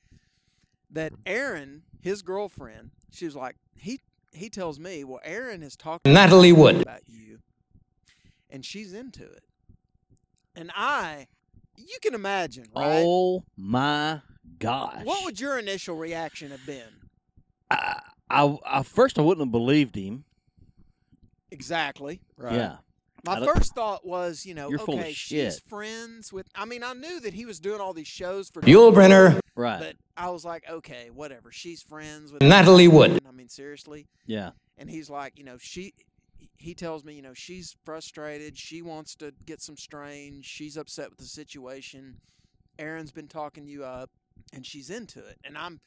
[SPEAKER 11] that Aaron, his girlfriend, she was like, he he tells me, well, Aaron has talked to me
[SPEAKER 12] Natalie Wood.
[SPEAKER 11] about you, and she's into it. And I, you can imagine, right?
[SPEAKER 10] Oh my gosh.
[SPEAKER 11] What would your initial reaction have been?
[SPEAKER 10] I, I, I first I wouldn't have believed him.
[SPEAKER 11] Exactly.
[SPEAKER 10] Yeah. I
[SPEAKER 11] My
[SPEAKER 10] don't-
[SPEAKER 11] first thought was, you know,
[SPEAKER 10] You're full of
[SPEAKER 11] okay, she's
[SPEAKER 10] shit.
[SPEAKER 11] friends with. I mean, I knew that he was doing all these shows for
[SPEAKER 12] Yulebrenner.
[SPEAKER 10] Right.
[SPEAKER 11] But I was like, okay, whatever. She's friends with
[SPEAKER 12] Natalie Wood.
[SPEAKER 11] I mean, seriously.
[SPEAKER 10] Yeah.
[SPEAKER 11] and he's like, you know, she. He tells me, you know, she's frustrated. She wants to get some strange. She's upset with the situation. Aaron's been talking you up, and she's into it. And I'm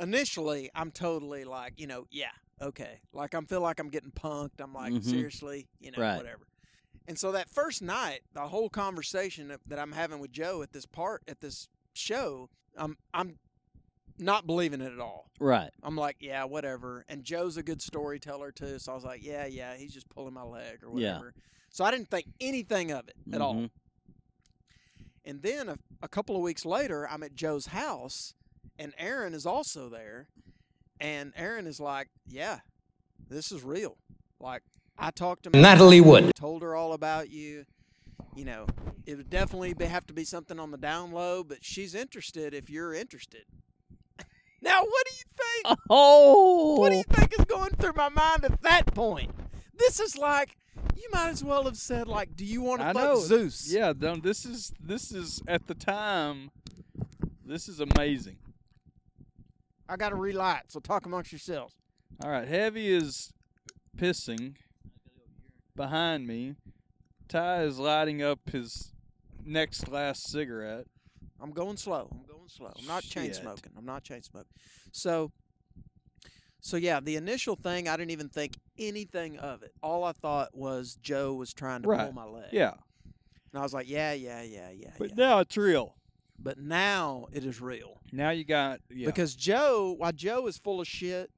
[SPEAKER 11] initially, I'm totally like, you know, yeah, okay. Like I'm feel like I'm getting punked. I'm like,
[SPEAKER 10] Mhm.
[SPEAKER 11] seriously, you know,
[SPEAKER 10] Right.
[SPEAKER 11] whatever. And so that first night, the whole conversation that- that I'm having with Joe at this part at this show, I'm I'm not believing it at all.
[SPEAKER 10] Right.
[SPEAKER 11] I'm like, yeah, whatever. And Joe's a good storyteller too, so I was like, yeah, yeah, he's just pulling my leg or
[SPEAKER 10] Yeah.
[SPEAKER 11] whatever. So I didn't think anything of it at all.
[SPEAKER 12] Mm-hmm.
[SPEAKER 10] Mhm.
[SPEAKER 11] And then a, a couple of weeks later, I'm at Joe's house, and Aaron is also there, and Aaron is like, yeah, this is real. Like I talked to
[SPEAKER 12] Natalie Wood.
[SPEAKER 11] told her all about you. You know, it would definitely be, have to be something on the down low, but she's interested if you're interested. now, what do you think?
[SPEAKER 10] Oh.
[SPEAKER 11] What do you think is going through my mind at that point? This is like you might as well have said like, "Do you want to
[SPEAKER 6] I
[SPEAKER 11] fuck
[SPEAKER 6] know.
[SPEAKER 11] Zeus?"
[SPEAKER 6] Yeah, no, this is this is at the time. This is amazing.
[SPEAKER 11] I got to relight, so talk amongst yourselves.
[SPEAKER 6] All right, heavy is pissing behind me. Ty is lighting up his next last cigarette.
[SPEAKER 11] I'm going slow. I'm going slow. I'm not chain
[SPEAKER 6] Shit.
[SPEAKER 11] smoking. I'm not chain smoking. So, so yeah, the initial thing I didn't even think anything of it. All I thought was Joe was trying to pull
[SPEAKER 6] Right.
[SPEAKER 11] my leg.
[SPEAKER 6] Yeah,
[SPEAKER 11] and I was like, yeah, yeah, yeah, yeah.
[SPEAKER 6] but
[SPEAKER 11] yeah.
[SPEAKER 6] now it's real.
[SPEAKER 11] but now it is real
[SPEAKER 6] Now you got yeah.
[SPEAKER 11] because Joe, while Joe is full of shit,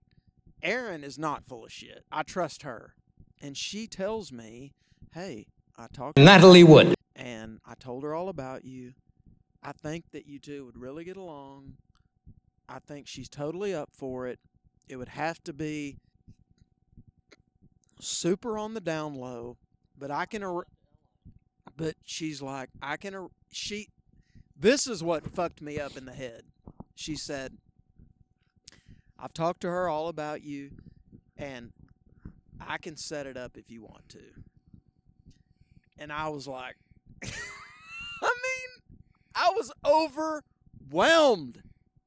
[SPEAKER 11] Aaron is not full of shit. I trust her. And she tells me, hey, I talked to
[SPEAKER 12] Natalie Wood.
[SPEAKER 11] And I told her all about you. I think that you two would really get along. I think she's totally up for it. It would have to be super on the down low, but I can. Ar- but she's like, I can. Ar- she. This is what fucked me up in the head. She said, I've talked to her all about you, and I can set it up if you want to. And I was like, I mean, I was overwhelmed.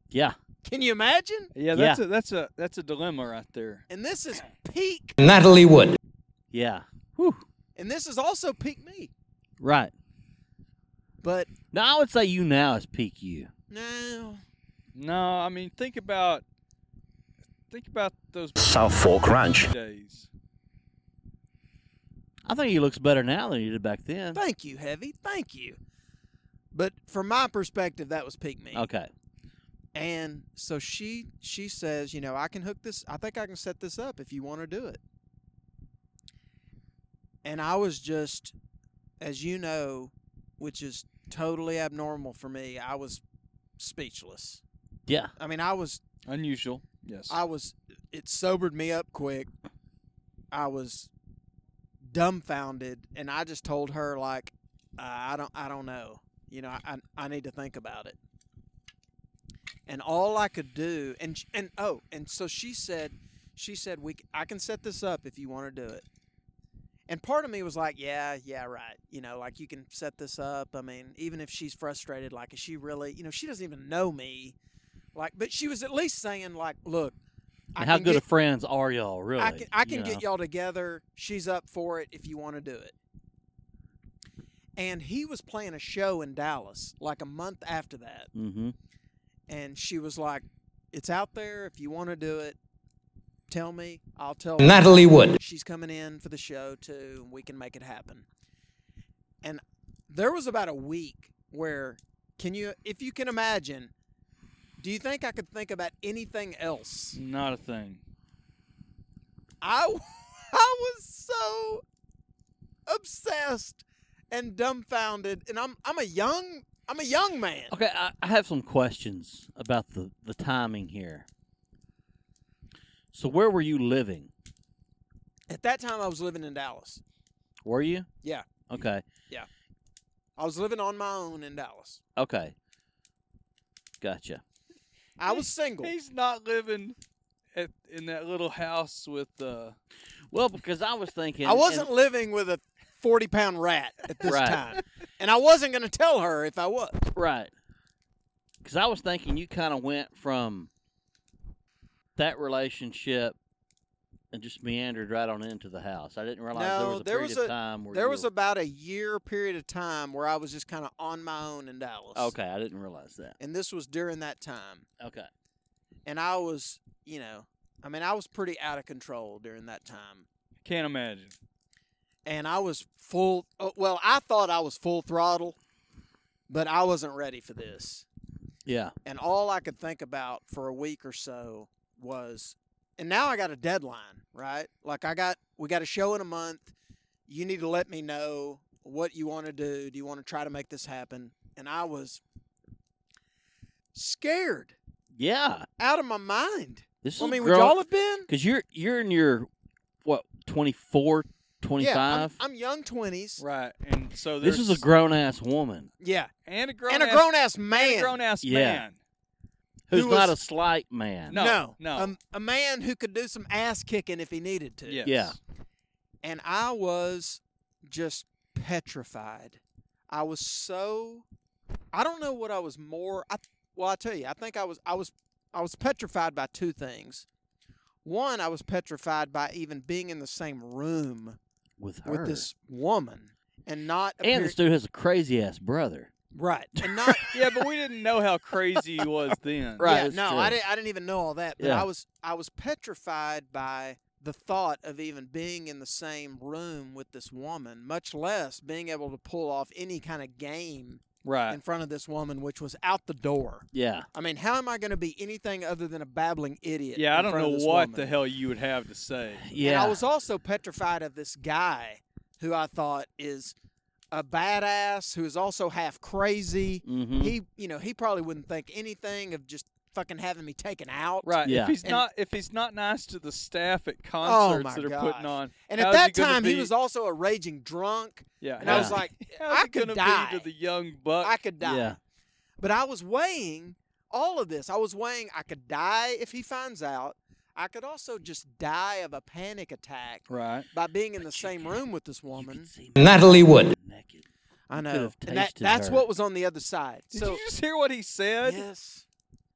[SPEAKER 10] Yeah.
[SPEAKER 11] Can you imagine?
[SPEAKER 6] Yeah, that's a that's a that's a dilemma right there.
[SPEAKER 11] And this is peak.
[SPEAKER 12] Natalie Wood.
[SPEAKER 10] Yeah.
[SPEAKER 11] And this is also peak me.
[SPEAKER 10] Right.
[SPEAKER 11] But
[SPEAKER 10] no, I would say you now is peak you.
[SPEAKER 11] No.
[SPEAKER 6] No, I mean think about think about those
[SPEAKER 12] South Fork Ranch.
[SPEAKER 6] days.
[SPEAKER 10] I think he looks better now than he did back then.
[SPEAKER 11] Thank you, Heavy. Thank you. But from my perspective, that was peak me.
[SPEAKER 10] Okay.
[SPEAKER 11] And so she she says, you know, I can hook this. I think I can set this up if you want to do it. And I was just, as you know, which is totally abnormal for me. I was speechless.
[SPEAKER 10] Yeah.
[SPEAKER 11] I mean, I was
[SPEAKER 6] Unusual. Yes.
[SPEAKER 11] I was. It sobered me up quick. I was dumbfounded, and I just told her like, uh, I don't, I don't know. You know, I, I, I need to think about it. And all I could do, and sh- and oh, and so she said, she said we, c- I can set this up if you want to do it. And part of me was like, yeah, yeah, right. You know, like you can set this up. I mean, even if she's frustrated, like, is she really, you know, she doesn't even know me. Like, but she was at least saying, like, look, I
[SPEAKER 10] how
[SPEAKER 11] can
[SPEAKER 10] good
[SPEAKER 11] get-
[SPEAKER 10] of friends are y'all, really?
[SPEAKER 11] I can, I
[SPEAKER 10] you
[SPEAKER 11] can
[SPEAKER 10] know?
[SPEAKER 11] get y'all together. She's up for it if you want to do it. And he was playing a show in Dallas like a month after that.
[SPEAKER 10] Mm-hmm.
[SPEAKER 11] And she was like, it's out there. If you want to do it, tell me. I'll tell
[SPEAKER 12] Natalie Wood.
[SPEAKER 11] She's coming in for the show too. And we can make it happen. And there was about a week where, can you, if you can imagine, do you think I could think about anything else?
[SPEAKER 6] Not a thing.
[SPEAKER 11] I, w- I was so obsessed and dumbfounded, and I'm I'm a young I'm a young man.
[SPEAKER 10] Okay, I, I have some questions about the, the timing here. So, where were you living?
[SPEAKER 11] At that time, I was living in Dallas.
[SPEAKER 10] Were you?
[SPEAKER 11] Yeah,
[SPEAKER 10] Okay.
[SPEAKER 11] yeah. I was living on my own in Dallas.
[SPEAKER 10] Okay. Gotcha.
[SPEAKER 11] I was single.
[SPEAKER 6] He's not living at, in that little house with uh
[SPEAKER 10] Well, because I was thinking.
[SPEAKER 11] I wasn't
[SPEAKER 10] and-
[SPEAKER 11] living with a forty pound rat at this
[SPEAKER 10] Right.
[SPEAKER 11] time, and I wasn't going to tell her if I was.
[SPEAKER 10] Right. Because I was thinking you kind of went from that relationship and just meandered right on into the house. I didn't realize there was
[SPEAKER 11] No,
[SPEAKER 10] a
[SPEAKER 11] there
[SPEAKER 10] period
[SPEAKER 11] was
[SPEAKER 10] of
[SPEAKER 11] a
[SPEAKER 10] time where
[SPEAKER 11] there
[SPEAKER 10] you
[SPEAKER 11] was
[SPEAKER 10] were-
[SPEAKER 11] about a year period of time where I was just kind of on my own in Dallas.
[SPEAKER 10] Okay, I didn't realize that.
[SPEAKER 11] and this was during that time.
[SPEAKER 10] Okay.
[SPEAKER 11] and I was, you know, I mean, I was pretty out of control during that time,
[SPEAKER 6] can't imagine.
[SPEAKER 11] and I was full. oh, Well, I thought I was full throttle, but I wasn't ready for this.
[SPEAKER 10] Yeah.
[SPEAKER 11] And all I could think about for a week or so was, and now I got a deadline, right? Like I got, we got a show in a month. You need to let me know what you want to do. Do you want to try to make this happen? And I was scared
[SPEAKER 10] Yeah.
[SPEAKER 11] out of my mind.
[SPEAKER 10] This
[SPEAKER 11] I
[SPEAKER 10] is
[SPEAKER 11] mean, would
[SPEAKER 10] grow-
[SPEAKER 11] y'all have been?
[SPEAKER 10] Because you're you're in your what 24, 25?
[SPEAKER 11] Yeah, I'm- I'm, young twenties.
[SPEAKER 6] Right. And so
[SPEAKER 10] this is a
[SPEAKER 6] there's-
[SPEAKER 10] grown ass woman
[SPEAKER 11] Yeah,
[SPEAKER 6] and a grown
[SPEAKER 11] and a
[SPEAKER 6] ass-
[SPEAKER 11] grown ass man.
[SPEAKER 6] and a grown ass
[SPEAKER 10] Yeah.
[SPEAKER 6] man.
[SPEAKER 10] who's
[SPEAKER 11] Who
[SPEAKER 10] not a
[SPEAKER 11] was-
[SPEAKER 10] slight man.
[SPEAKER 6] No.
[SPEAKER 11] no, Um,
[SPEAKER 6] no.
[SPEAKER 11] a, a man who could do some ass kicking if he needed to.
[SPEAKER 6] Yes.
[SPEAKER 10] Yeah.
[SPEAKER 11] And I was just petrified. I was so. I don't know what I was more. I well, I tell you, I think I was. I was. I was petrified by two things. One, I was petrified by even being in the same room
[SPEAKER 10] With her.
[SPEAKER 11] with this woman and not
[SPEAKER 10] and
[SPEAKER 11] appear-
[SPEAKER 10] this dude has a crazy ass brother.
[SPEAKER 11] right and not
[SPEAKER 6] Yeah, but we didn't know how crazy he was then.
[SPEAKER 10] Right,
[SPEAKER 11] Yeah,
[SPEAKER 10] that's
[SPEAKER 11] no, I
[SPEAKER 10] true.
[SPEAKER 11] didn't. I didn't even know all that. But
[SPEAKER 10] Yeah.
[SPEAKER 11] I was I was petrified by the thought of even being in the same room with this woman, much less being able to pull off any kind of game
[SPEAKER 6] Right.
[SPEAKER 11] in front of this woman, which was out the door.
[SPEAKER 10] Yeah.
[SPEAKER 11] I mean, how am I going to be anything other than a babbling idiot?
[SPEAKER 6] Yeah, I
[SPEAKER 11] in
[SPEAKER 6] don't
[SPEAKER 11] front
[SPEAKER 6] know
[SPEAKER 11] of this
[SPEAKER 6] what
[SPEAKER 11] woman?
[SPEAKER 6] the hell you would have to say.
[SPEAKER 11] And I was also petrified of this guy who I thought is a badass who is also half crazy.
[SPEAKER 6] Mm-hmm.
[SPEAKER 10] Mhm.
[SPEAKER 11] He, you know, he probably wouldn't think anything of just fucking having me taken out.
[SPEAKER 6] Right. If he's
[SPEAKER 11] And-
[SPEAKER 6] not if he's not nice to the staff at
[SPEAKER 11] Oh
[SPEAKER 6] concerts
[SPEAKER 11] my
[SPEAKER 6] that are
[SPEAKER 11] gosh.
[SPEAKER 6] putting on.
[SPEAKER 11] And at
[SPEAKER 6] how's
[SPEAKER 11] that
[SPEAKER 6] gonna
[SPEAKER 11] time, he
[SPEAKER 6] be-
[SPEAKER 11] was also a raging drunk.
[SPEAKER 6] Yeah.
[SPEAKER 11] And I was
[SPEAKER 6] how's-
[SPEAKER 11] like,
[SPEAKER 6] how's
[SPEAKER 11] I
[SPEAKER 6] it
[SPEAKER 11] could
[SPEAKER 6] gonna
[SPEAKER 11] die.
[SPEAKER 6] be to the young buck.
[SPEAKER 11] I could die.
[SPEAKER 10] Yeah.
[SPEAKER 11] But I was weighing all of this. I was weighing I could die if he finds out. I could also just die of a panic attack
[SPEAKER 6] Right.
[SPEAKER 11] by being in the same room with this woman.
[SPEAKER 12] Natalie Wood.
[SPEAKER 11] I
[SPEAKER 12] know.
[SPEAKER 11] No. And that, that's what was on the other side.
[SPEAKER 6] Did
[SPEAKER 11] so
[SPEAKER 6] you just hear what he said?
[SPEAKER 11] Yes.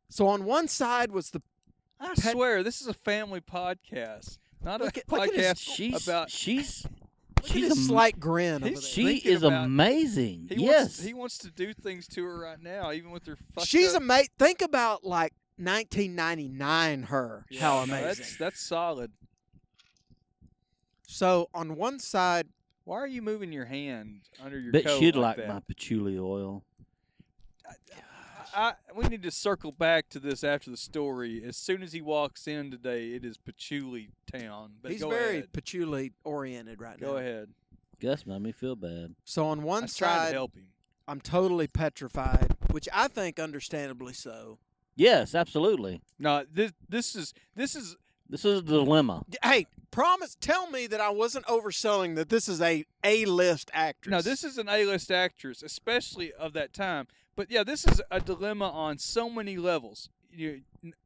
[SPEAKER 11] So on one side was the
[SPEAKER 6] I swear, this is a family podcast, not a
[SPEAKER 11] Look at- look at his-
[SPEAKER 6] podcast
[SPEAKER 10] she's-
[SPEAKER 6] about.
[SPEAKER 10] She's
[SPEAKER 11] She's
[SPEAKER 10] she's
[SPEAKER 11] a
[SPEAKER 10] am-
[SPEAKER 11] slight grin. Over
[SPEAKER 6] He's
[SPEAKER 11] there.
[SPEAKER 10] She
[SPEAKER 6] thinking
[SPEAKER 10] is
[SPEAKER 6] about-
[SPEAKER 10] amazing.
[SPEAKER 6] He
[SPEAKER 10] yes.
[SPEAKER 6] Wants, he wants to do things to her right now, even with her. Fucked
[SPEAKER 11] She's a
[SPEAKER 6] up.
[SPEAKER 11] mate. Think about like 1999. Her
[SPEAKER 6] Yeah,
[SPEAKER 11] how
[SPEAKER 6] no,
[SPEAKER 11] amazing.
[SPEAKER 6] that's that's solid.
[SPEAKER 11] so on one side,
[SPEAKER 6] Why are you moving your hand under your
[SPEAKER 10] Bet
[SPEAKER 6] coat
[SPEAKER 10] she'd
[SPEAKER 6] like,
[SPEAKER 10] like,
[SPEAKER 6] that?
[SPEAKER 10] my patchouli oil.
[SPEAKER 6] I, we need to circle back to this after the story. As soon as he walks in today, it is patchouli town. But
[SPEAKER 11] he's
[SPEAKER 6] go
[SPEAKER 11] very
[SPEAKER 6] ahead.
[SPEAKER 11] patchouli oriented right now.
[SPEAKER 6] Go ahead.
[SPEAKER 10] Gus made me feel bad.
[SPEAKER 11] So on one
[SPEAKER 6] I was trying to
[SPEAKER 11] side,
[SPEAKER 6] help him.
[SPEAKER 11] I'm totally petrified, which I think understandably so.
[SPEAKER 10] Yes, absolutely.
[SPEAKER 6] No, this this is this is
[SPEAKER 10] This is a dilemma.
[SPEAKER 11] D- Hey, promise, tell me that I wasn't overselling that this is a A list actress.
[SPEAKER 6] No, this is an A-list actress, especially of that time. But yeah, this is a dilemma on so many levels. You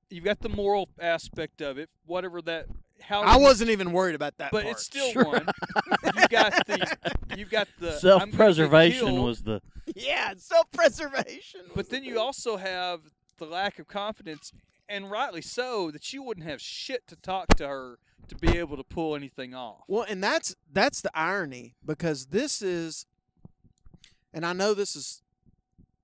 [SPEAKER 6] you've got the moral aspect of it, whatever that how
[SPEAKER 11] I wasn't even worried about that.
[SPEAKER 6] but
[SPEAKER 11] part.
[SPEAKER 6] it's still one. You got the you got the I'm gonna get
[SPEAKER 10] Self-preservation
[SPEAKER 6] killed,
[SPEAKER 10] was the
[SPEAKER 11] yeah, self preservation.
[SPEAKER 6] But then you also have the lack of confidence and rightly so that you wouldn't have shit to talk to her to be able to pull anything off.
[SPEAKER 11] Well, and that's that's the irony because this is, and I know this is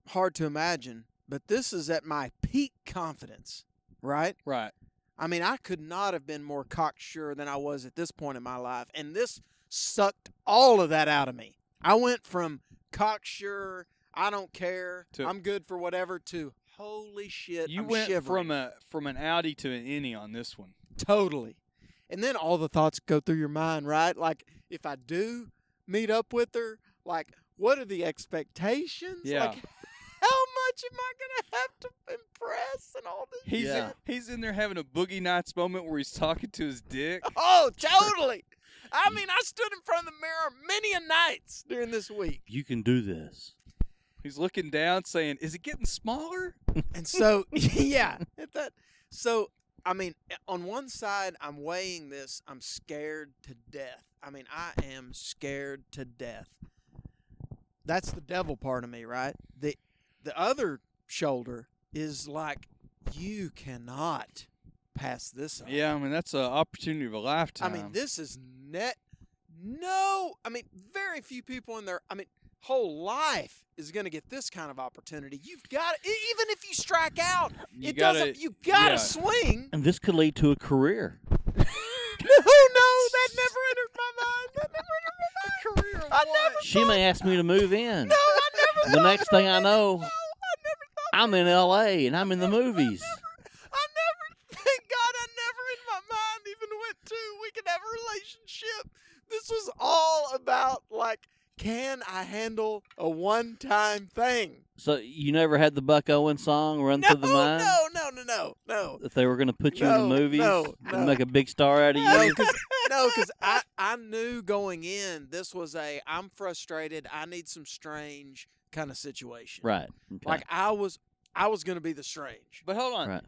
[SPEAKER 11] hard to imagine, but this is at my peak confidence, right?
[SPEAKER 6] Right.
[SPEAKER 11] I mean, I could not have been more cocksure than I was at this point in my life, and this sucked all of that out of me. I went from cocksure, I don't care,
[SPEAKER 6] To-
[SPEAKER 11] I'm good for whatever, to holy shit,
[SPEAKER 6] You
[SPEAKER 11] I'm
[SPEAKER 6] went
[SPEAKER 11] shivering.
[SPEAKER 6] from a from an Audi to an innie on this one.
[SPEAKER 11] Totally. And then all the thoughts go through your mind, right? Like, if I do meet up with her, like, what are the expectations?
[SPEAKER 6] Yeah.
[SPEAKER 11] Like, how much am I going to have to impress and all this?
[SPEAKER 6] He's
[SPEAKER 10] Yeah.
[SPEAKER 6] in, he's in there having a boogie nights moment where he's talking to his dick.
[SPEAKER 11] Oh, totally. I mean, I stood in front of the mirror many a nights during this week.
[SPEAKER 10] you can do this.
[SPEAKER 6] He's looking down, saying, "Is it getting smaller?"
[SPEAKER 11] And so, yeah, at that. So, I mean, eh, on one side, I'm weighing this. I'm scared to death. I mean, I am scared to death. That's the devil part of me, right? The the other shoulder is like, you cannot pass this up.
[SPEAKER 6] Yeah, I mean that's an opportunity of a
[SPEAKER 11] I
[SPEAKER 6] lifetime.
[SPEAKER 11] mean, this is net. No, I mean, very few people in their, I mean, whole life is going to get this kind of opportunity. You've got, e, even if you strike out,
[SPEAKER 6] You
[SPEAKER 11] it
[SPEAKER 6] gotta-
[SPEAKER 11] doesn't. You got to
[SPEAKER 6] yeah.
[SPEAKER 11] swing.
[SPEAKER 10] And this could lead to a career.
[SPEAKER 11] no, no, that never entered my mind. That never entered my mind. career. I never.
[SPEAKER 10] She may ask me to move in.
[SPEAKER 11] No, I
[SPEAKER 10] the
[SPEAKER 11] never. thought
[SPEAKER 10] next thing I know,
[SPEAKER 11] I never thought.
[SPEAKER 10] I'm in LA and I'm in the movies.
[SPEAKER 11] I never. Thank God, I never in my mind even went to we could have a relationship. This was all about like, can I handle a one-time thing?
[SPEAKER 10] So you never had the Buck Owen song run
[SPEAKER 11] No,
[SPEAKER 10] through the mind?
[SPEAKER 11] no, no, no, no, no.
[SPEAKER 10] That they were going to put you in
[SPEAKER 11] No,
[SPEAKER 10] the movies
[SPEAKER 11] no,
[SPEAKER 10] and
[SPEAKER 11] no.
[SPEAKER 10] make a big star out of
[SPEAKER 11] No,
[SPEAKER 10] you?
[SPEAKER 11] because no, 'cause I I knew going in this was a I'm frustrated. I need some strange kind of situation.
[SPEAKER 10] right. Okay.
[SPEAKER 11] Like I was I was gonna be the strange.
[SPEAKER 6] but hold on,
[SPEAKER 10] right.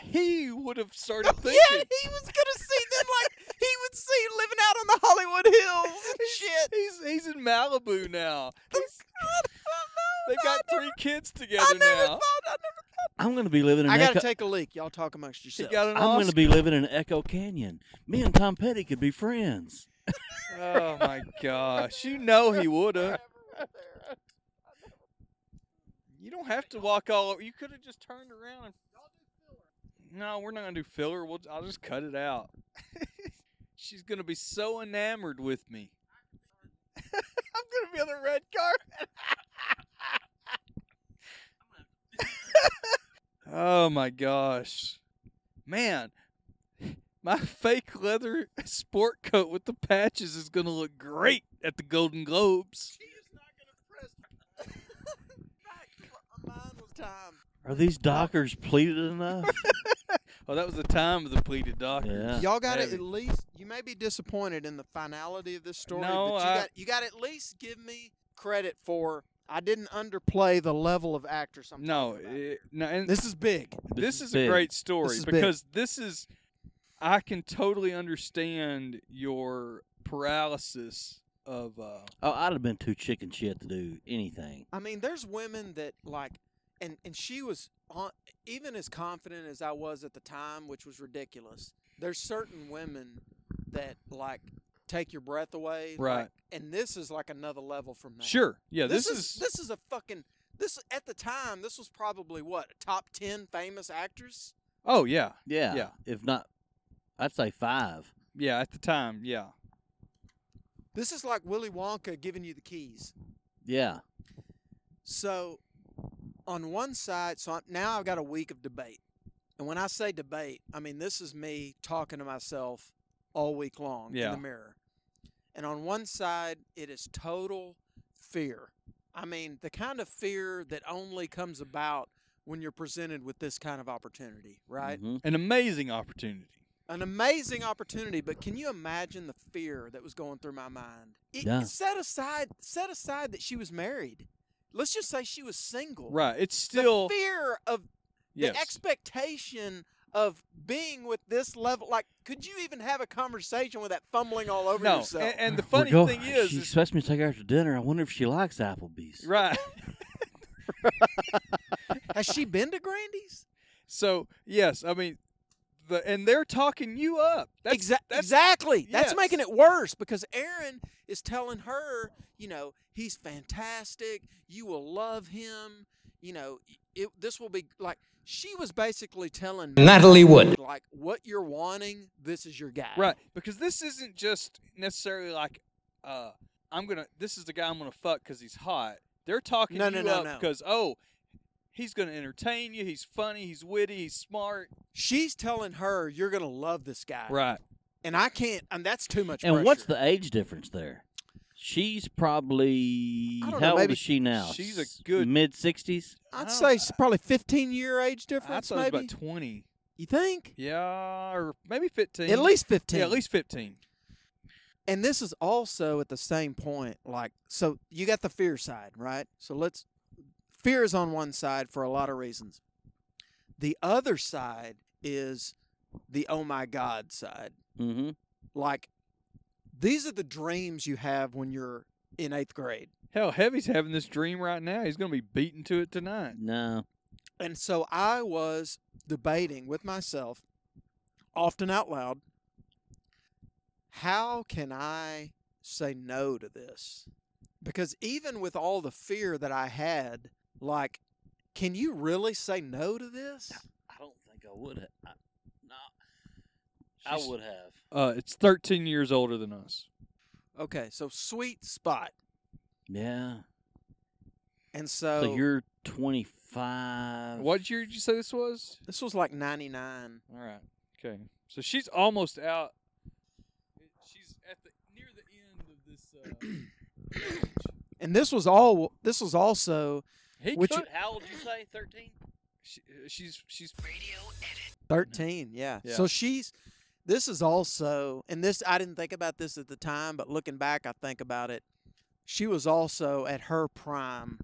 [SPEAKER 6] he would have started
[SPEAKER 11] yeah,
[SPEAKER 6] thinking.
[SPEAKER 11] he was gonna see them like he would see living out on the Hollywood Hills and shit. Oh,
[SPEAKER 6] He's he's in Malibu now. He's, they've got three kids together
[SPEAKER 11] I never
[SPEAKER 6] now.
[SPEAKER 11] thought I never
[SPEAKER 10] I'm going to be living in
[SPEAKER 11] I gotta
[SPEAKER 10] Echo-
[SPEAKER 11] take a leak. Y'all talk amongst
[SPEAKER 6] He
[SPEAKER 11] yourselves.
[SPEAKER 6] got an
[SPEAKER 10] I'm going to
[SPEAKER 6] Oscar.
[SPEAKER 10] be living in Echo Canyon. Me and Tom Petty could be friends.
[SPEAKER 6] Oh my gosh! You know he would have. You don't have to walk all over. You could have just turned around and. No, we're not gonna do filler. We'll, I'll just cut it out. She's gonna be so enamored with me. I'm gonna be on the red carpet. Oh my gosh. Man, my fake leather sport coat with the patches is going to look great at the Golden Globes.
[SPEAKER 10] Are these dockers pleated enough?
[SPEAKER 6] Oh, that was the time of the pleated dockers.
[SPEAKER 11] Y'all got to
[SPEAKER 6] Heavy.
[SPEAKER 11] at least. You may be disappointed in the finality of this story,
[SPEAKER 6] No,
[SPEAKER 11] but you
[SPEAKER 6] I-
[SPEAKER 11] got you got to at least give me credit for I didn't underplay the level of actress. I'm
[SPEAKER 6] No, it, no, and
[SPEAKER 11] this is big.
[SPEAKER 6] This,
[SPEAKER 11] This
[SPEAKER 6] is,
[SPEAKER 11] is
[SPEAKER 6] a
[SPEAKER 11] big.
[SPEAKER 6] great
[SPEAKER 11] This
[SPEAKER 6] story
[SPEAKER 11] is big.
[SPEAKER 6] because this is. I can totally understand your paralysis of. Uh,
[SPEAKER 10] oh, I'd have been too chicken shit to do anything.
[SPEAKER 11] I mean, there's women that like, and and she was on even as confident as I was at the time, which was ridiculous. There's certain women that like take your breath away, like,
[SPEAKER 6] Right.
[SPEAKER 11] and this is like another level from that.
[SPEAKER 6] Sure. Yeah,
[SPEAKER 11] This,
[SPEAKER 6] this
[SPEAKER 11] is, this is a fucking this at the time. This was probably what a top ten famous actress.
[SPEAKER 6] oh yeah,
[SPEAKER 10] yeah,
[SPEAKER 6] yeah.
[SPEAKER 10] If not, I'd say five.
[SPEAKER 6] Yeah, at the time, yeah,
[SPEAKER 11] This is like Willy Wonka giving you the keys.
[SPEAKER 10] yeah.
[SPEAKER 11] So, on one side, so I'm, now I've got a week of debate. And when I say debate, I mean this is me talking to myself all week long in
[SPEAKER 6] Yeah.
[SPEAKER 11] the mirror. And on one side, it is total fear. I mean, the kind of fear that only comes about when you're presented with this kind of opportunity, right?
[SPEAKER 10] Mm-hmm.
[SPEAKER 6] an amazing opportunity.
[SPEAKER 11] An amazing opportunity, but can you imagine the fear that was going through my mind? It,
[SPEAKER 6] Yeah.
[SPEAKER 11] Set aside, set aside that she was married. Let's just say she was single.
[SPEAKER 6] Right, it's still-
[SPEAKER 11] the fear of the
[SPEAKER 6] Yes.
[SPEAKER 11] expectation of being with this level. Like, could you even have a conversation with that fumbling all over
[SPEAKER 6] No,
[SPEAKER 11] yourself?
[SPEAKER 6] and, and the
[SPEAKER 10] We're
[SPEAKER 6] funny
[SPEAKER 10] go-
[SPEAKER 6] thing is,
[SPEAKER 10] she
[SPEAKER 6] is-
[SPEAKER 10] expects me to take her out to dinner. I wonder if she likes Applebee's.
[SPEAKER 6] right?
[SPEAKER 11] Has she been to Grandy's?
[SPEAKER 6] So yes, I mean, the and they're talking you up. That's,
[SPEAKER 11] Exa-
[SPEAKER 6] that's
[SPEAKER 11] exactly. That's
[SPEAKER 6] yes.
[SPEAKER 11] making it worse because Aaron is telling her, you know, he's fantastic. You will love him. You know, it, this will be like she was basically telling me,
[SPEAKER 12] Natalie Wood.
[SPEAKER 11] like what you're wanting. This is your guy.
[SPEAKER 6] Right, because this isn't just necessarily like, uh, I'm gonna. This is the guy I'm gonna fuck because he's hot. They're talking
[SPEAKER 11] No,
[SPEAKER 6] you
[SPEAKER 11] no, no,
[SPEAKER 6] up
[SPEAKER 11] no.
[SPEAKER 6] because oh, he's gonna entertain you. He's funny. He's witty. He's smart.
[SPEAKER 11] She's telling her you're gonna love this guy.
[SPEAKER 6] Right.
[SPEAKER 11] And I can't. And that's too much.
[SPEAKER 10] And
[SPEAKER 11] pressure.
[SPEAKER 10] what's the age difference there? She's probably
[SPEAKER 11] I
[SPEAKER 10] how
[SPEAKER 11] don't know,
[SPEAKER 10] old
[SPEAKER 11] maybe
[SPEAKER 10] is she now?
[SPEAKER 6] she's a
[SPEAKER 10] S-
[SPEAKER 6] good-
[SPEAKER 10] mid sixties.
[SPEAKER 11] I'd say it's probably 15 year age difference.
[SPEAKER 6] Oh, I thought it
[SPEAKER 11] maybe
[SPEAKER 6] was about twenty.
[SPEAKER 11] you think?
[SPEAKER 6] Yeah, or maybe fifteen.
[SPEAKER 11] At least 15.
[SPEAKER 6] Yeah, at least fifteen.
[SPEAKER 11] And this is also at the same point, like, so you got the fear side, right? So let's, fear is on one side for a lot of reasons. The other side is the oh my God side.
[SPEAKER 10] Mm-hmm.
[SPEAKER 11] Like, these are the dreams you have when you're in eighth grade.
[SPEAKER 6] Hell, Heavy's having this dream right now. He's gonna be beaten to it tonight.
[SPEAKER 10] No.
[SPEAKER 11] And so I was debating with myself, often out loud, how can I say no to this? Because even with all the fear that I had, like, can you really say no to this?
[SPEAKER 10] I don't think I would. Have. I, no, I
[SPEAKER 6] She's-
[SPEAKER 10] would have.
[SPEAKER 6] Uh, it's thirteen years older than us.
[SPEAKER 11] Okay, so sweet spot.
[SPEAKER 10] Yeah.
[SPEAKER 11] And
[SPEAKER 10] So,
[SPEAKER 11] so,
[SPEAKER 10] you're twenty
[SPEAKER 11] Uh,
[SPEAKER 10] five.
[SPEAKER 6] What year did you say this was?
[SPEAKER 11] this was like 99.
[SPEAKER 6] All right. Okay. So she's almost out. She's at the near the end of this. Uh,
[SPEAKER 11] And this was all, this was also,
[SPEAKER 6] He
[SPEAKER 11] which,
[SPEAKER 6] could-
[SPEAKER 10] How old did you say? Thirteen.
[SPEAKER 6] she, uh, she's she's
[SPEAKER 11] 13 yeah.
[SPEAKER 6] Yeah.
[SPEAKER 11] so she's this is also and this i didn't think about this at the time but looking back i think about it she was also at her prime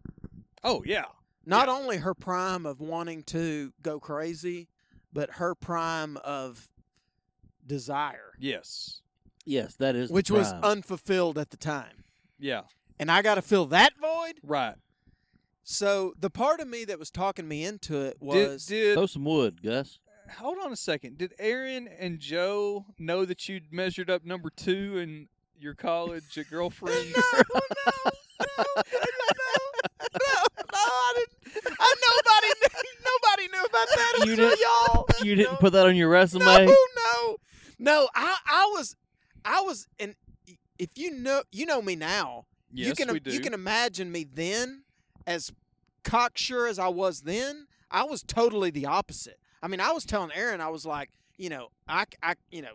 [SPEAKER 6] Oh yeah.
[SPEAKER 11] not only her prime of wanting to go crazy but her prime of desire
[SPEAKER 6] Yes.
[SPEAKER 10] Yes, that is. the
[SPEAKER 11] which was
[SPEAKER 10] prime.
[SPEAKER 11] unfulfilled at the time
[SPEAKER 6] Yeah.
[SPEAKER 11] and i got to fill that void
[SPEAKER 6] Right.
[SPEAKER 11] so the part of me that was talking me into it
[SPEAKER 6] Did,
[SPEAKER 11] was
[SPEAKER 6] did
[SPEAKER 10] Throw some wood, Gus.
[SPEAKER 6] hold on a second. Did Aaron and Joe know that you'd measured up number two in your college girlfriend?
[SPEAKER 11] no i didn't I, nobody nobody knew about that
[SPEAKER 10] You
[SPEAKER 11] until
[SPEAKER 10] didn't-
[SPEAKER 11] y'all
[SPEAKER 10] You didn't put that on your resume.
[SPEAKER 11] No, no, no. I, I was, I was, and if you know, you know me now. you
[SPEAKER 6] Yes,
[SPEAKER 11] can,
[SPEAKER 6] we
[SPEAKER 11] You
[SPEAKER 6] do.
[SPEAKER 11] can imagine me then, as cocksure as I was then. I was totally the opposite. I mean, I was telling Aaron, I was like, you know, I, c- I- you know,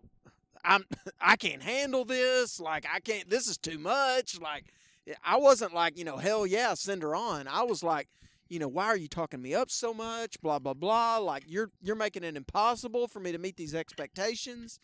[SPEAKER 11] I'm, I can't handle this. Like, I can't. This is too much. Like, eh, I wasn't like, you know, hell yeah, send her on. I was like, you know, why are you talking me up so much? Blah blah blah. Like, you're you're making it impossible for me to meet these expectations.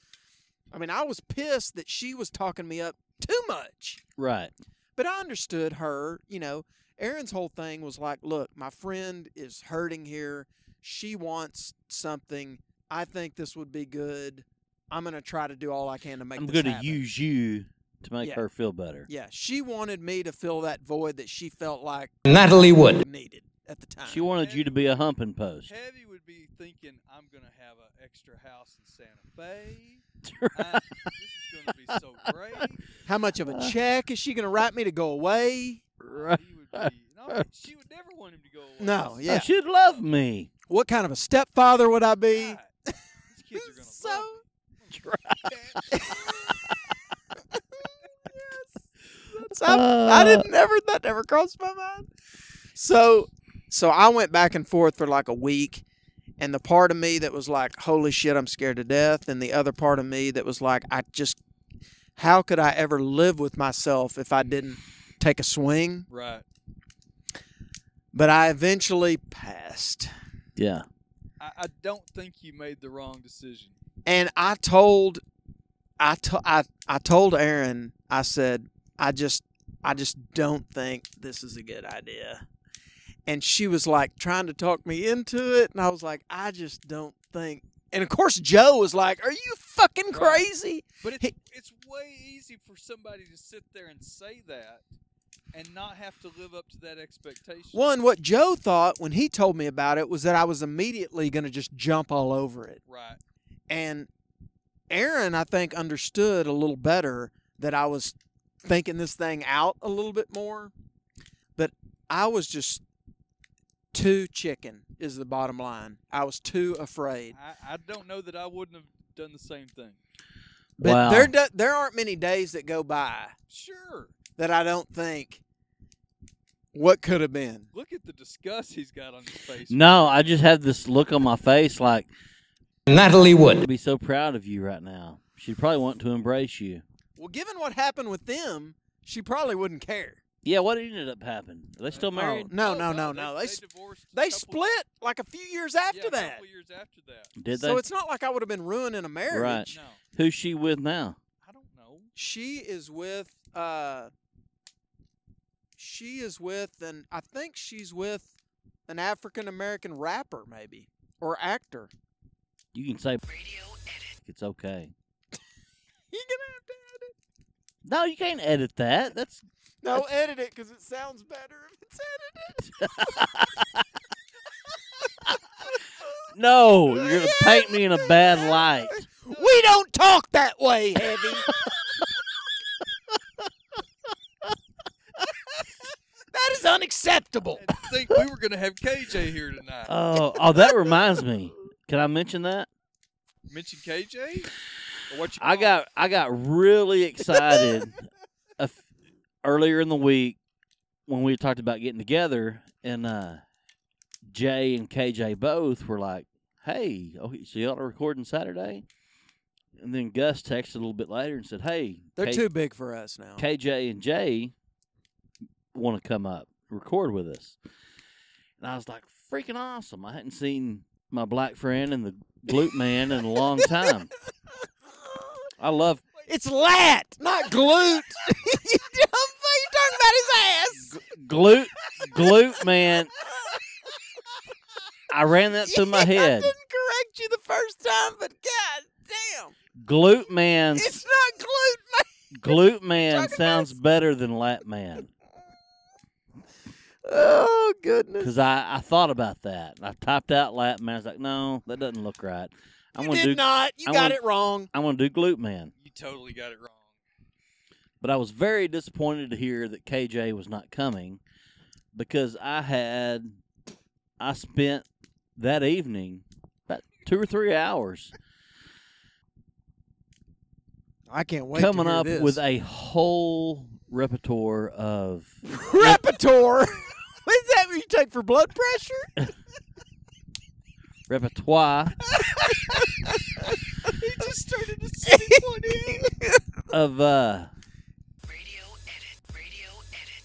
[SPEAKER 11] I mean, I was pissed that she was talking me up too much.
[SPEAKER 10] Right.
[SPEAKER 11] But I understood her. You know, Aaron's whole thing was like, look, my friend is hurting here. She wants something. I think this would be good. I'm going to try to do all I can to make
[SPEAKER 10] I'm
[SPEAKER 11] this
[SPEAKER 10] going to
[SPEAKER 11] happen."
[SPEAKER 10] use you to make
[SPEAKER 11] Yeah.
[SPEAKER 10] her feel better.
[SPEAKER 11] Yeah, she wanted me to fill that void that she felt like
[SPEAKER 10] Natalie Wood.
[SPEAKER 11] needed at the time.
[SPEAKER 10] She wanted you to be a humping post.
[SPEAKER 6] Heavy would be thinking, I'm going to have an extra house in Santa Fe. I- this is going to be so great.
[SPEAKER 11] How much of
[SPEAKER 10] Uh.
[SPEAKER 11] a check is she going to write me to go away?
[SPEAKER 10] Right.
[SPEAKER 6] No, she would never want him to go away.
[SPEAKER 11] No,
[SPEAKER 6] This-
[SPEAKER 11] yeah.
[SPEAKER 10] Oh, She'd love me.
[SPEAKER 11] What kind of a stepfather would I be?
[SPEAKER 10] Ah,
[SPEAKER 6] These kids are going to
[SPEAKER 11] So So I, I didn't ever that never crossed my mind. So so I went back and forth for like a week and the part of me that was like holy shit I'm scared to death and the other part of me that was like I just how could I ever live with myself if I didn't take a swing?
[SPEAKER 6] Right.
[SPEAKER 11] But I eventually passed.
[SPEAKER 10] Yeah.
[SPEAKER 6] I, I don't think you made the wrong decision.
[SPEAKER 11] And I told I to, I I told Aaron, I said, I just I just don't think this is a good idea. And she was like trying to talk me into it, and I was like, I just don't think. And of course Joe was like, Are you fucking
[SPEAKER 6] Right.
[SPEAKER 11] crazy?
[SPEAKER 6] But
[SPEAKER 11] He-
[SPEAKER 6] it's, it's way easy for somebody to sit there and say that and not have to live up to that expectation.
[SPEAKER 11] One, what Joe thought when he told me about it was that I was immediately gonna just jump all over it.
[SPEAKER 6] Right.
[SPEAKER 11] And Aaron, I think, understood a little better that I was thinking this thing out a little bit more. But I was just too chicken, is the bottom line. I was too afraid.
[SPEAKER 6] I, I don't know that I wouldn't have done the same thing.
[SPEAKER 11] But
[SPEAKER 10] wow.
[SPEAKER 11] there, do- there aren't many days that go by
[SPEAKER 6] Sure.
[SPEAKER 11] that I don't think what could have been.
[SPEAKER 6] Look at the disgust he's got on his face.
[SPEAKER 10] No, I just have this look on my face like
[SPEAKER 12] Natalie Wood.
[SPEAKER 10] I'd be so proud of you right now. She'd probably want to embrace you.
[SPEAKER 11] Well, given what happened with them, she probably wouldn't care.
[SPEAKER 10] Yeah, what ended up happening? Are they still
[SPEAKER 11] Oh,
[SPEAKER 10] married?
[SPEAKER 11] no,
[SPEAKER 6] Oh,
[SPEAKER 11] no, no,
[SPEAKER 6] no, they-
[SPEAKER 11] no.
[SPEAKER 6] they
[SPEAKER 11] They, s-
[SPEAKER 6] divorced a
[SPEAKER 11] they
[SPEAKER 6] couple-
[SPEAKER 11] split like a few years
[SPEAKER 6] yeah,
[SPEAKER 11] after
[SPEAKER 6] a
[SPEAKER 11] that.
[SPEAKER 6] couple years after that.
[SPEAKER 10] Did they?
[SPEAKER 11] So it's not like I would have been ruining a marriage.
[SPEAKER 10] Right.
[SPEAKER 6] No,
[SPEAKER 10] Who's she with now?
[SPEAKER 6] I don't know.
[SPEAKER 11] She is with uh she is with an I think she's with an African American rapper maybe or actor.
[SPEAKER 10] You can say It's okay.
[SPEAKER 11] You're gonna have to edit.
[SPEAKER 10] No, you can't edit that. That's
[SPEAKER 11] No, edit it because it sounds better if it's edited.
[SPEAKER 10] no. You're gonna paint me in a bad light.
[SPEAKER 11] we don't talk that way, Heavy. that is unacceptable.
[SPEAKER 6] I didn't think we were going to have KJ here tonight.
[SPEAKER 10] Oh, oh, that reminds me. Can I mention that?
[SPEAKER 6] Mention KJ? Or what you
[SPEAKER 10] I
[SPEAKER 6] call him?
[SPEAKER 10] got I got really excited a f- earlier in the week when we talked about getting together, and uh, Jay and KJ both were like, "Hey, oh, so y'all are recording Saturday?" And then Gus texted a little bit later and said, "Hey,
[SPEAKER 11] They're
[SPEAKER 10] K-
[SPEAKER 11] too big for us now.
[SPEAKER 10] KJ and Jay want to come up record with us." And I was like, "Freaking awesome! I hadn't seen my black friend and the glute man in a long time." I love
[SPEAKER 11] It's lat, not glute. you dumb thing, you talking about his ass.
[SPEAKER 10] glute glute man i ran that through my
[SPEAKER 11] I
[SPEAKER 10] head
[SPEAKER 11] didn't correct you the first time, but god damn.
[SPEAKER 10] glute man
[SPEAKER 11] It's not glute,
[SPEAKER 10] glute man
[SPEAKER 11] Talking
[SPEAKER 10] sounds better than lat man
[SPEAKER 11] man. Oh goodness.
[SPEAKER 10] because I, I thought about that i typed out lat man i was like no that doesn't look right i'm
[SPEAKER 11] You
[SPEAKER 10] gonna
[SPEAKER 11] did
[SPEAKER 10] do
[SPEAKER 11] not. You
[SPEAKER 10] I'm
[SPEAKER 11] got
[SPEAKER 10] gonna-
[SPEAKER 11] it wrong.
[SPEAKER 10] i'm gonna do glute man
[SPEAKER 6] You totally got it wrong.
[SPEAKER 10] but i was very disappointed to hear that kj was not coming because i had i spent that evening about two or three hours
[SPEAKER 11] I can't wait.
[SPEAKER 10] coming up with a whole repertoire of
[SPEAKER 11] repertoire. Is that what you take for blood pressure?
[SPEAKER 10] repertoire
[SPEAKER 5] he just started to sneak one in.
[SPEAKER 10] of uh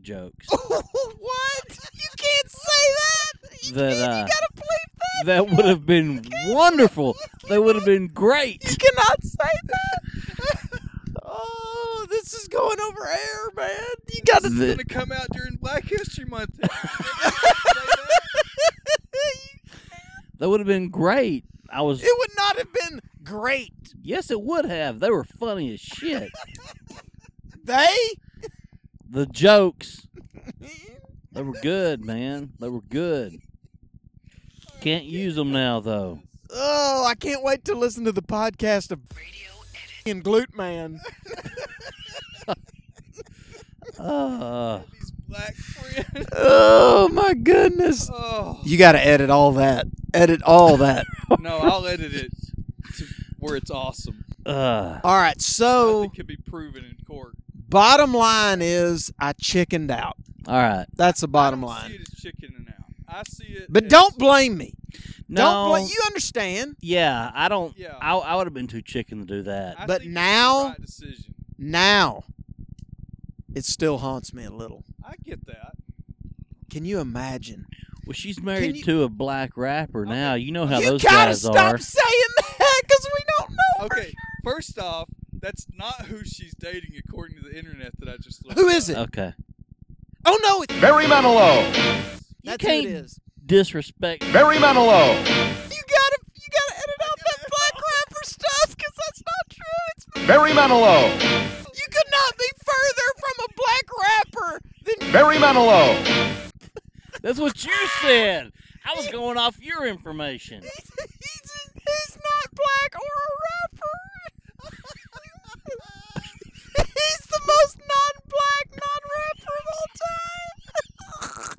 [SPEAKER 10] jokes
[SPEAKER 5] what? You can't say that. You
[SPEAKER 10] that
[SPEAKER 5] can't-
[SPEAKER 10] uh
[SPEAKER 5] you gotta bleep that.
[SPEAKER 10] that would have been wonderful. They would have been great.
[SPEAKER 11] You cannot say that. oh, this is going over air, man. You got to.
[SPEAKER 6] It's
[SPEAKER 10] The-
[SPEAKER 6] gonna come out during Black History Month.
[SPEAKER 10] That would have been great. I was
[SPEAKER 11] It would not have been great.
[SPEAKER 10] Yes, it would have. They were funny as shit.
[SPEAKER 11] They?
[SPEAKER 10] the jokes. They were good, man. They were good. Can't use them now though.
[SPEAKER 11] Oh, I can't wait to listen to the podcast of and Glute Man.
[SPEAKER 10] Uh,
[SPEAKER 6] Black friend.
[SPEAKER 11] oh my goodness!
[SPEAKER 6] Oh.
[SPEAKER 11] You got to edit all that. Edit all that.
[SPEAKER 6] No, I'll edit it to where it's awesome.
[SPEAKER 10] Uh.
[SPEAKER 11] All right, so
[SPEAKER 6] It could be proven in court.
[SPEAKER 11] bottom line is I chickened out.
[SPEAKER 10] All right.
[SPEAKER 11] That's the bottom
[SPEAKER 6] I see
[SPEAKER 11] line.
[SPEAKER 6] it as chicken and out. I see it.
[SPEAKER 11] But
[SPEAKER 6] as-
[SPEAKER 11] don't blame me. Don't
[SPEAKER 10] No.
[SPEAKER 11] blame you understand.
[SPEAKER 10] Yeah, I don't.
[SPEAKER 6] Yeah.
[SPEAKER 10] I, I would have been too chicken to do that.
[SPEAKER 6] I
[SPEAKER 11] but
[SPEAKER 6] think it's the
[SPEAKER 11] now-
[SPEAKER 6] right decision.
[SPEAKER 11] Now it still haunts me a little.
[SPEAKER 6] I get that.
[SPEAKER 11] Can you imagine?
[SPEAKER 10] Well, she's married
[SPEAKER 11] you-
[SPEAKER 10] to a black rapper now. You know how
[SPEAKER 11] you
[SPEAKER 10] those
[SPEAKER 11] gotta
[SPEAKER 10] guys
[SPEAKER 11] stop
[SPEAKER 10] are.
[SPEAKER 11] saying that because we don't know. for
[SPEAKER 6] Okay, first off, that's not who she's dating according to the internet that I just looked.
[SPEAKER 11] Who is it?
[SPEAKER 10] Okay.
[SPEAKER 11] Oh no, it's
[SPEAKER 1] Barry Manilow.
[SPEAKER 11] that's
[SPEAKER 10] you
[SPEAKER 11] who
[SPEAKER 10] can't
[SPEAKER 11] it is.
[SPEAKER 10] disrespect.
[SPEAKER 1] Barry Manilow.
[SPEAKER 11] You gotta you gotta edit out that black rapper stuff because that's not true. It's
[SPEAKER 1] Barry Manilow.
[SPEAKER 11] you could not be further from a black rapper than
[SPEAKER 1] Barry Manilow.
[SPEAKER 10] That's what you said. I was going off your information.
[SPEAKER 11] he's, he's, he's not black or a rapper. he's the most non-black non-rapper of all time.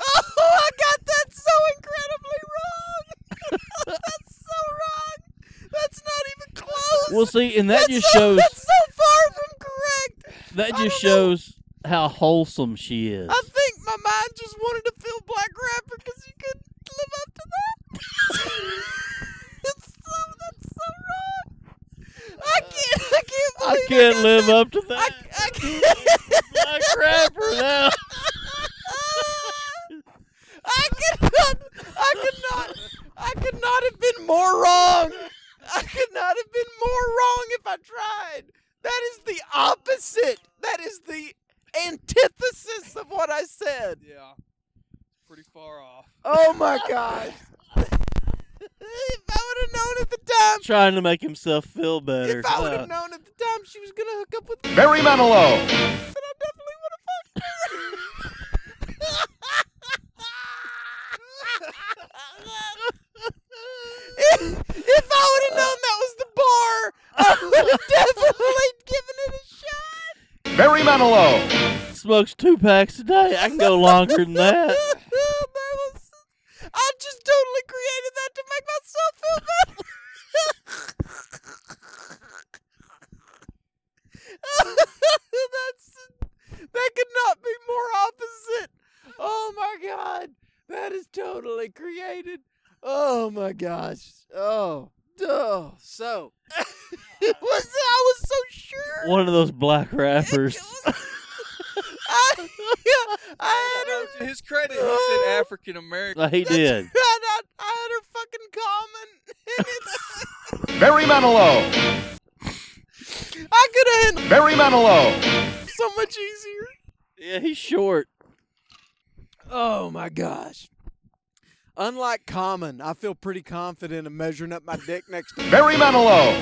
[SPEAKER 11] oh, I got that so incredibly wrong. that's so wrong. That's not even close.
[SPEAKER 10] Well, see, and that
[SPEAKER 11] That's
[SPEAKER 10] just
[SPEAKER 11] so-
[SPEAKER 10] shows
[SPEAKER 11] that's so far from correct.
[SPEAKER 10] that
[SPEAKER 11] I
[SPEAKER 10] just
[SPEAKER 11] don't know.
[SPEAKER 10] shows how wholesome she is.
[SPEAKER 11] I think my mind just wanted to feel black rapper because you couldn't live up to that. it's so that's so wrong. I can't I can't
[SPEAKER 10] I
[SPEAKER 11] believe
[SPEAKER 10] can't
[SPEAKER 11] got
[SPEAKER 10] live
[SPEAKER 11] that.
[SPEAKER 10] up to
[SPEAKER 11] I,
[SPEAKER 10] that.
[SPEAKER 11] I can't.
[SPEAKER 10] Black rapper now.
[SPEAKER 11] I could not. I could not. I could not have been more wrong. I could not have been more wrong if I tried. That is the opposite. That is the antithesis of what I said.
[SPEAKER 6] Yeah, pretty far off.
[SPEAKER 11] Oh my gosh. if I would have known at the time,
[SPEAKER 10] Trying to make himself feel better.
[SPEAKER 11] if I would
[SPEAKER 10] Uh,
[SPEAKER 11] have known at the time she was gonna hook up with me,
[SPEAKER 1] Barry Manilow.
[SPEAKER 11] then I definitely would have fucked her. if, if I would have known that was the bar, I would have definitely given it a shot.
[SPEAKER 1] Barry Manilow.
[SPEAKER 10] smokes two packs a day. I can go longer than that.
[SPEAKER 11] that was, I just totally created that to make myself feel better. That's that could not be more opposite. Oh my god, that is totally created. Oh my gosh. Oh, duh. So it was I was so sure.
[SPEAKER 10] One of those black rappers.
[SPEAKER 11] I, I had
[SPEAKER 6] Oh, No,
[SPEAKER 11] her
[SPEAKER 6] to his credit, he said African American.
[SPEAKER 10] Uh, He did.
[SPEAKER 11] God, I, I had her fucking comment. And it's,
[SPEAKER 1] Barry Manilow.
[SPEAKER 11] I could have handled
[SPEAKER 1] Barry Manilow.
[SPEAKER 11] it so much easier.
[SPEAKER 10] Yeah, he's short.
[SPEAKER 11] Oh my gosh. Unlike Common, I feel pretty confident in measuring up my dick next to
[SPEAKER 1] Barry Manilow.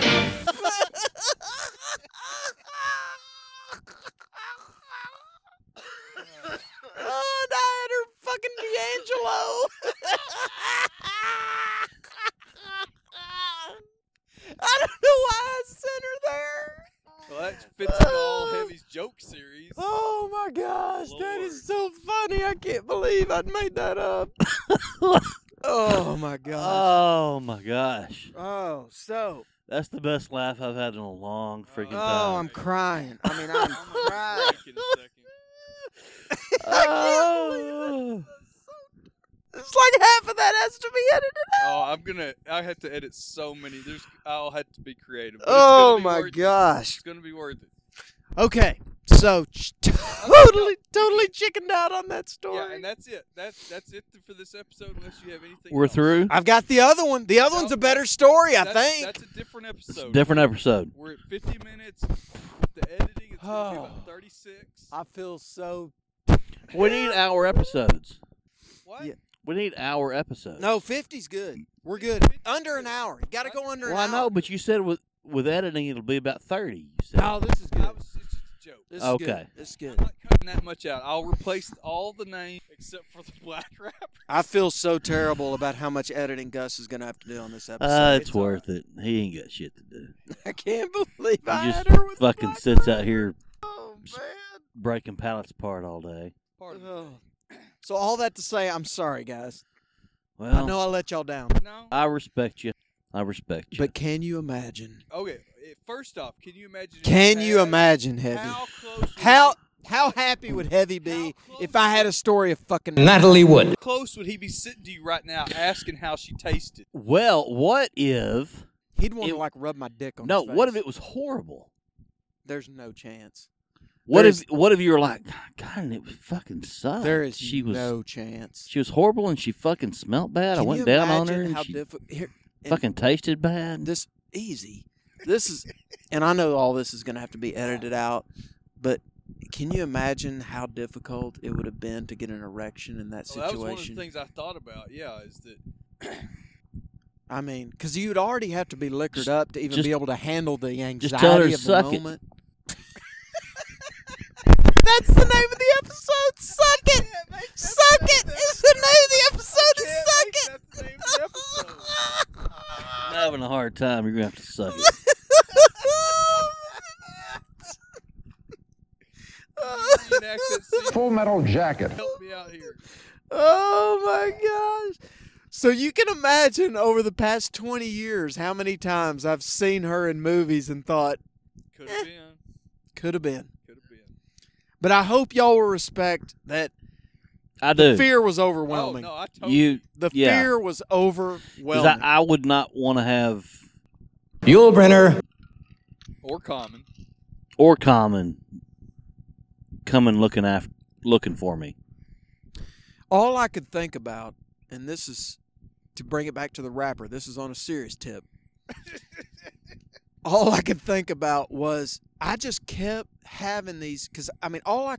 [SPEAKER 11] Oh, and I had her fucking D'Angelo. I don't know why I sent her there.
[SPEAKER 6] Well, that fits in all Heavy's joke series.
[SPEAKER 11] Oh my gosh, that is so funny. I can't believe I'd made that up.
[SPEAKER 5] Uh,
[SPEAKER 11] oh my gosh.
[SPEAKER 10] Oh my gosh,
[SPEAKER 11] oh, so.
[SPEAKER 10] that's the best laugh I've had in a long freaking
[SPEAKER 11] Oh, I'm
[SPEAKER 10] time.
[SPEAKER 11] crying. I mean, I'm crying.
[SPEAKER 6] Break in a second.
[SPEAKER 11] I can't believe it. It's like half of
[SPEAKER 5] that has to be edited out.
[SPEAKER 6] Oh, I'm gonna. I have to edit so many. There's. I'll have to be creative. but it's
[SPEAKER 11] Oh
[SPEAKER 6] gonna be
[SPEAKER 11] my
[SPEAKER 6] worth it.
[SPEAKER 11] gosh.
[SPEAKER 6] It's gonna be worth it.
[SPEAKER 11] Okay, so ch- totally, totally chickened out on that story.
[SPEAKER 6] Yeah, and that's it. That's that's it for this episode. Unless you have anything.
[SPEAKER 10] We're
[SPEAKER 6] else.
[SPEAKER 10] through.
[SPEAKER 11] I've got the other one. The other one's a better story, I
[SPEAKER 6] That's-
[SPEAKER 11] think.
[SPEAKER 6] That's a different episode.
[SPEAKER 10] different episode.
[SPEAKER 6] We're at 50 minutes. With the editing, it's gonna be about 36.
[SPEAKER 11] I feel so.
[SPEAKER 10] We need hour episodes.
[SPEAKER 6] What?
[SPEAKER 10] We need hour episodes.
[SPEAKER 11] No, 50's good. We're good. Under an hour. You got to go under
[SPEAKER 10] Well, I
[SPEAKER 11] an
[SPEAKER 10] know,
[SPEAKER 11] hour.
[SPEAKER 10] but you said with with editing it'll be about thirty. You said.
[SPEAKER 11] No, this is good. This is good.
[SPEAKER 10] Okay.
[SPEAKER 11] This is good.
[SPEAKER 6] Cutting that much out. I'll replace all the names except for the black rapper.
[SPEAKER 11] I feel so terrible about how much editing Gus is going to have to do on this episode.
[SPEAKER 10] Uh, it's worth it. He ain't got shit to do.
[SPEAKER 11] I can't believe I
[SPEAKER 10] He just
[SPEAKER 11] had her with
[SPEAKER 10] fucking
[SPEAKER 11] black
[SPEAKER 10] sits out here
[SPEAKER 11] Oh, man.
[SPEAKER 10] breaking pallets apart all day.
[SPEAKER 11] Ugh. So all that to say, I'm sorry, guys.
[SPEAKER 10] Well,
[SPEAKER 11] I know I let y'all down.
[SPEAKER 10] I respect you. I respect you.
[SPEAKER 11] But can you imagine?
[SPEAKER 6] Okay. eh, First off, can you imagine? if
[SPEAKER 11] Can you
[SPEAKER 6] Taz-
[SPEAKER 11] imagine, Heavy?
[SPEAKER 6] How close?
[SPEAKER 11] How how happy would Heavy be if I had a story of fucking
[SPEAKER 6] How close would he be sitting to you right now, asking how she tasted?
[SPEAKER 10] Well, what if?
[SPEAKER 11] He'd want to like rub my dick on.
[SPEAKER 10] No,
[SPEAKER 11] his face.
[SPEAKER 10] what if it was horrible?
[SPEAKER 11] There's no chance.
[SPEAKER 10] What
[SPEAKER 11] There's-
[SPEAKER 10] if? What if you were like, God, and it was fucking sucked.
[SPEAKER 11] There is
[SPEAKER 10] she was
[SPEAKER 11] no chance.
[SPEAKER 10] She was horrible, and she fucking smelled bad. I
[SPEAKER 11] Can
[SPEAKER 10] went
[SPEAKER 11] you
[SPEAKER 10] down on her,
[SPEAKER 11] imagine
[SPEAKER 10] and
[SPEAKER 11] how
[SPEAKER 10] she
[SPEAKER 11] diffi- here- and
[SPEAKER 10] fucking tasted bad.
[SPEAKER 11] This easy. This is, and I know all this is going to have to be edited out, but can you imagine how difficult it would have been to get an erection in that
[SPEAKER 6] Well, that was one of the
[SPEAKER 11] situation?
[SPEAKER 6] things I thought about. Yeah, is that
[SPEAKER 11] I mean, because you'd already have to be liquored up to even
[SPEAKER 10] just-
[SPEAKER 11] be able to handle the anxiety
[SPEAKER 10] just tell her
[SPEAKER 11] of
[SPEAKER 10] to
[SPEAKER 11] the
[SPEAKER 10] suck it.
[SPEAKER 11] moment.
[SPEAKER 5] That's the name of the episode. Suck it. Suck it is the name of the episode. Is suck it.
[SPEAKER 10] I'm having a hard time. You're gonna have to suck it.
[SPEAKER 6] Union accent scene.
[SPEAKER 12] Full metal jacket.
[SPEAKER 6] Help me out here.
[SPEAKER 11] Oh my gosh. So you can imagine over the past 20 years how many times I've seen her in movies and thought,
[SPEAKER 6] Could have been.
[SPEAKER 11] could have been.
[SPEAKER 6] Could have been.
[SPEAKER 11] But I hope y'all will respect that
[SPEAKER 10] I do.
[SPEAKER 11] the fear was
[SPEAKER 6] Oh
[SPEAKER 11] overwhelming.
[SPEAKER 6] no, I told you.
[SPEAKER 10] you,
[SPEAKER 11] The
[SPEAKER 10] yeah.
[SPEAKER 11] fear was
[SPEAKER 10] 'Cause
[SPEAKER 11] overwhelming.
[SPEAKER 10] I, I would not want to have
[SPEAKER 12] Yulebrenner.
[SPEAKER 6] Or common.
[SPEAKER 10] or common coming looking after looking for me.
[SPEAKER 11] All I could think about, and this is to bring it back to the rapper, this is on a serious tip. all I could think about was I just kept having these because I mean, all I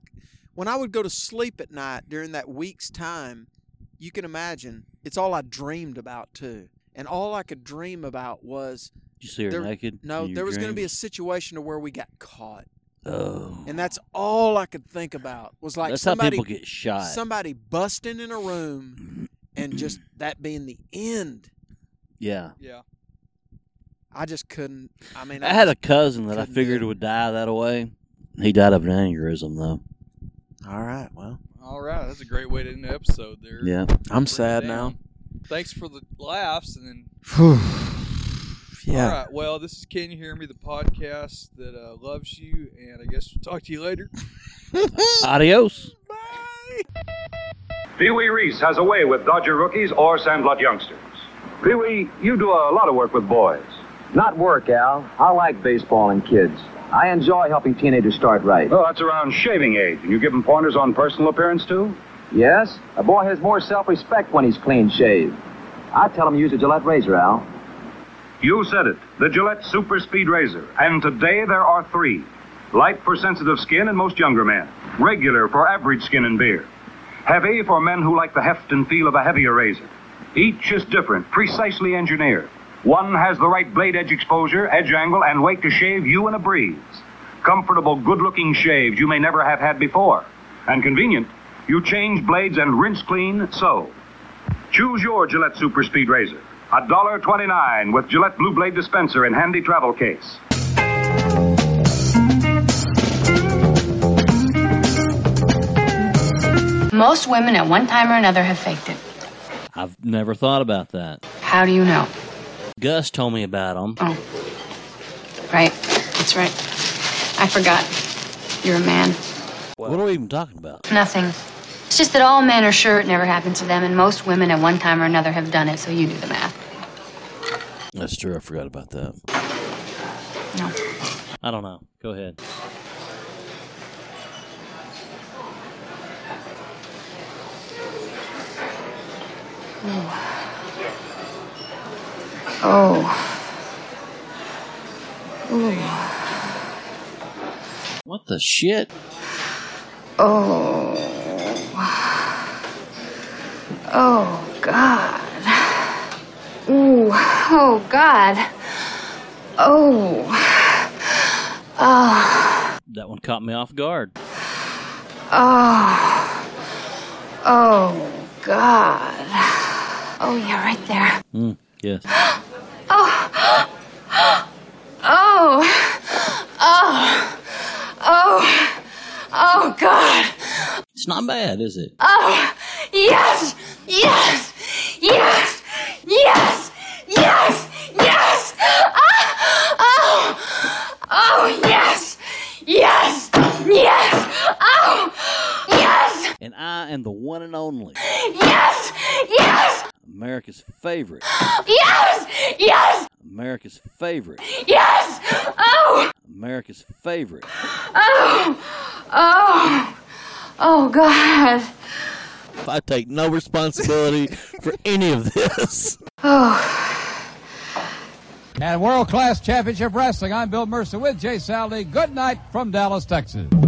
[SPEAKER 11] when I would go to sleep at night during that week's time, you can imagine it's all I dreamed about too, and all I could dream about was
[SPEAKER 10] Did you see her
[SPEAKER 11] there-
[SPEAKER 10] naked?
[SPEAKER 11] no,
[SPEAKER 10] in your
[SPEAKER 11] there was going to be a
[SPEAKER 10] dreams?
[SPEAKER 11] situation to where we got caught,
[SPEAKER 10] Oh,
[SPEAKER 11] and that's all I could think about was like
[SPEAKER 10] that's
[SPEAKER 11] somebody
[SPEAKER 10] how people get shot.
[SPEAKER 11] somebody busting in a room and just that being the end.
[SPEAKER 10] yeah,
[SPEAKER 6] Yeah.
[SPEAKER 11] I just couldn't. I mean,
[SPEAKER 10] I had a cousin that I
[SPEAKER 11] couldn't
[SPEAKER 10] figured
[SPEAKER 11] do it.
[SPEAKER 10] would die that way. He died of an aneurysm though.
[SPEAKER 11] All right, well,
[SPEAKER 6] All right, that's a great way to end the episode there.
[SPEAKER 10] Yeah,
[SPEAKER 11] I'm
[SPEAKER 6] Bring it
[SPEAKER 11] sad now.
[SPEAKER 6] down. Thanks for the laughs and then All
[SPEAKER 11] yeah.
[SPEAKER 6] right. Well, this is Can You Hear Me, the podcast that uh, loves you, and I guess we'll talk to you later.
[SPEAKER 10] adios.
[SPEAKER 13] Pee Wee Reese has a way with Dodger rookies or Sandlot youngsters. Pee Wee, you do a lot of work with boys.
[SPEAKER 14] Not work, Al. I like baseball and kids. I enjoy helping teenagers start right.
[SPEAKER 13] Well, that's around shaving age, and you give them pointers on personal appearance, too?
[SPEAKER 14] Yes, a boy has more self-respect when he's clean shaved. I tell him to use a Gillette razor, Al.
[SPEAKER 13] You said it the Gillette Super Speed Razor. And today there are three light for sensitive skin and most younger men, regular for average skin and beard, heavy for men who like the heft and feel of a heavier razor. Each is different, precisely engineered. One has the right blade edge exposure, edge angle, and weight to shave you in a breeze. Comfortable, good looking shaves you may never have had before. And convenient, you change blades and rinse clean so. Choose your Gillette Super Speed Razor. $1.29 with Gillette Blue Blade Dispenser in handy travel case.
[SPEAKER 15] Most women at one time or another have faked it.
[SPEAKER 10] I've never thought about that.
[SPEAKER 15] How do you know?
[SPEAKER 10] Gus told me about them.
[SPEAKER 6] Oh.
[SPEAKER 15] Right? That's right. I forgot. You're a man.
[SPEAKER 10] What are we even talking about?
[SPEAKER 15] Nothing.
[SPEAKER 6] It's just that all men are sure it never happens to them, and most women at one time or another have done it, so you do the math.
[SPEAKER 10] That's true. I forgot about that.
[SPEAKER 6] No.
[SPEAKER 10] I don't know. Go ahead.
[SPEAKER 6] Oh. Ooh.
[SPEAKER 10] What the shit?
[SPEAKER 6] Oh. Oh, God. Ooh. Oh, God. Oh. Oh.
[SPEAKER 10] That one caught me off guard.
[SPEAKER 6] Oh. Oh, God. Oh, yeah, right there.
[SPEAKER 10] Mm, yes.
[SPEAKER 6] Oh. Oh. Oh. Oh. Oh, God.
[SPEAKER 10] It's not bad, is it?
[SPEAKER 6] Oh. Yes. Yes. Yes. Yes. Yes. Yes. Ah. Oh. Oh, yes. Yes. Yes. Oh. Yes.
[SPEAKER 10] And I am the one and only
[SPEAKER 6] Yes. Yes.
[SPEAKER 10] America's favorite.
[SPEAKER 6] Yes. Yes.
[SPEAKER 10] America's favorite.
[SPEAKER 6] Yes. Oh.
[SPEAKER 10] America's favorite.
[SPEAKER 6] Oh. Oh. Oh, God.
[SPEAKER 10] I take no responsibility for any of this.
[SPEAKER 6] Oh.
[SPEAKER 16] And World Class Championship Wrestling. I'm Bill Mercer with Jay Sally. Good night from Dallas, Texas.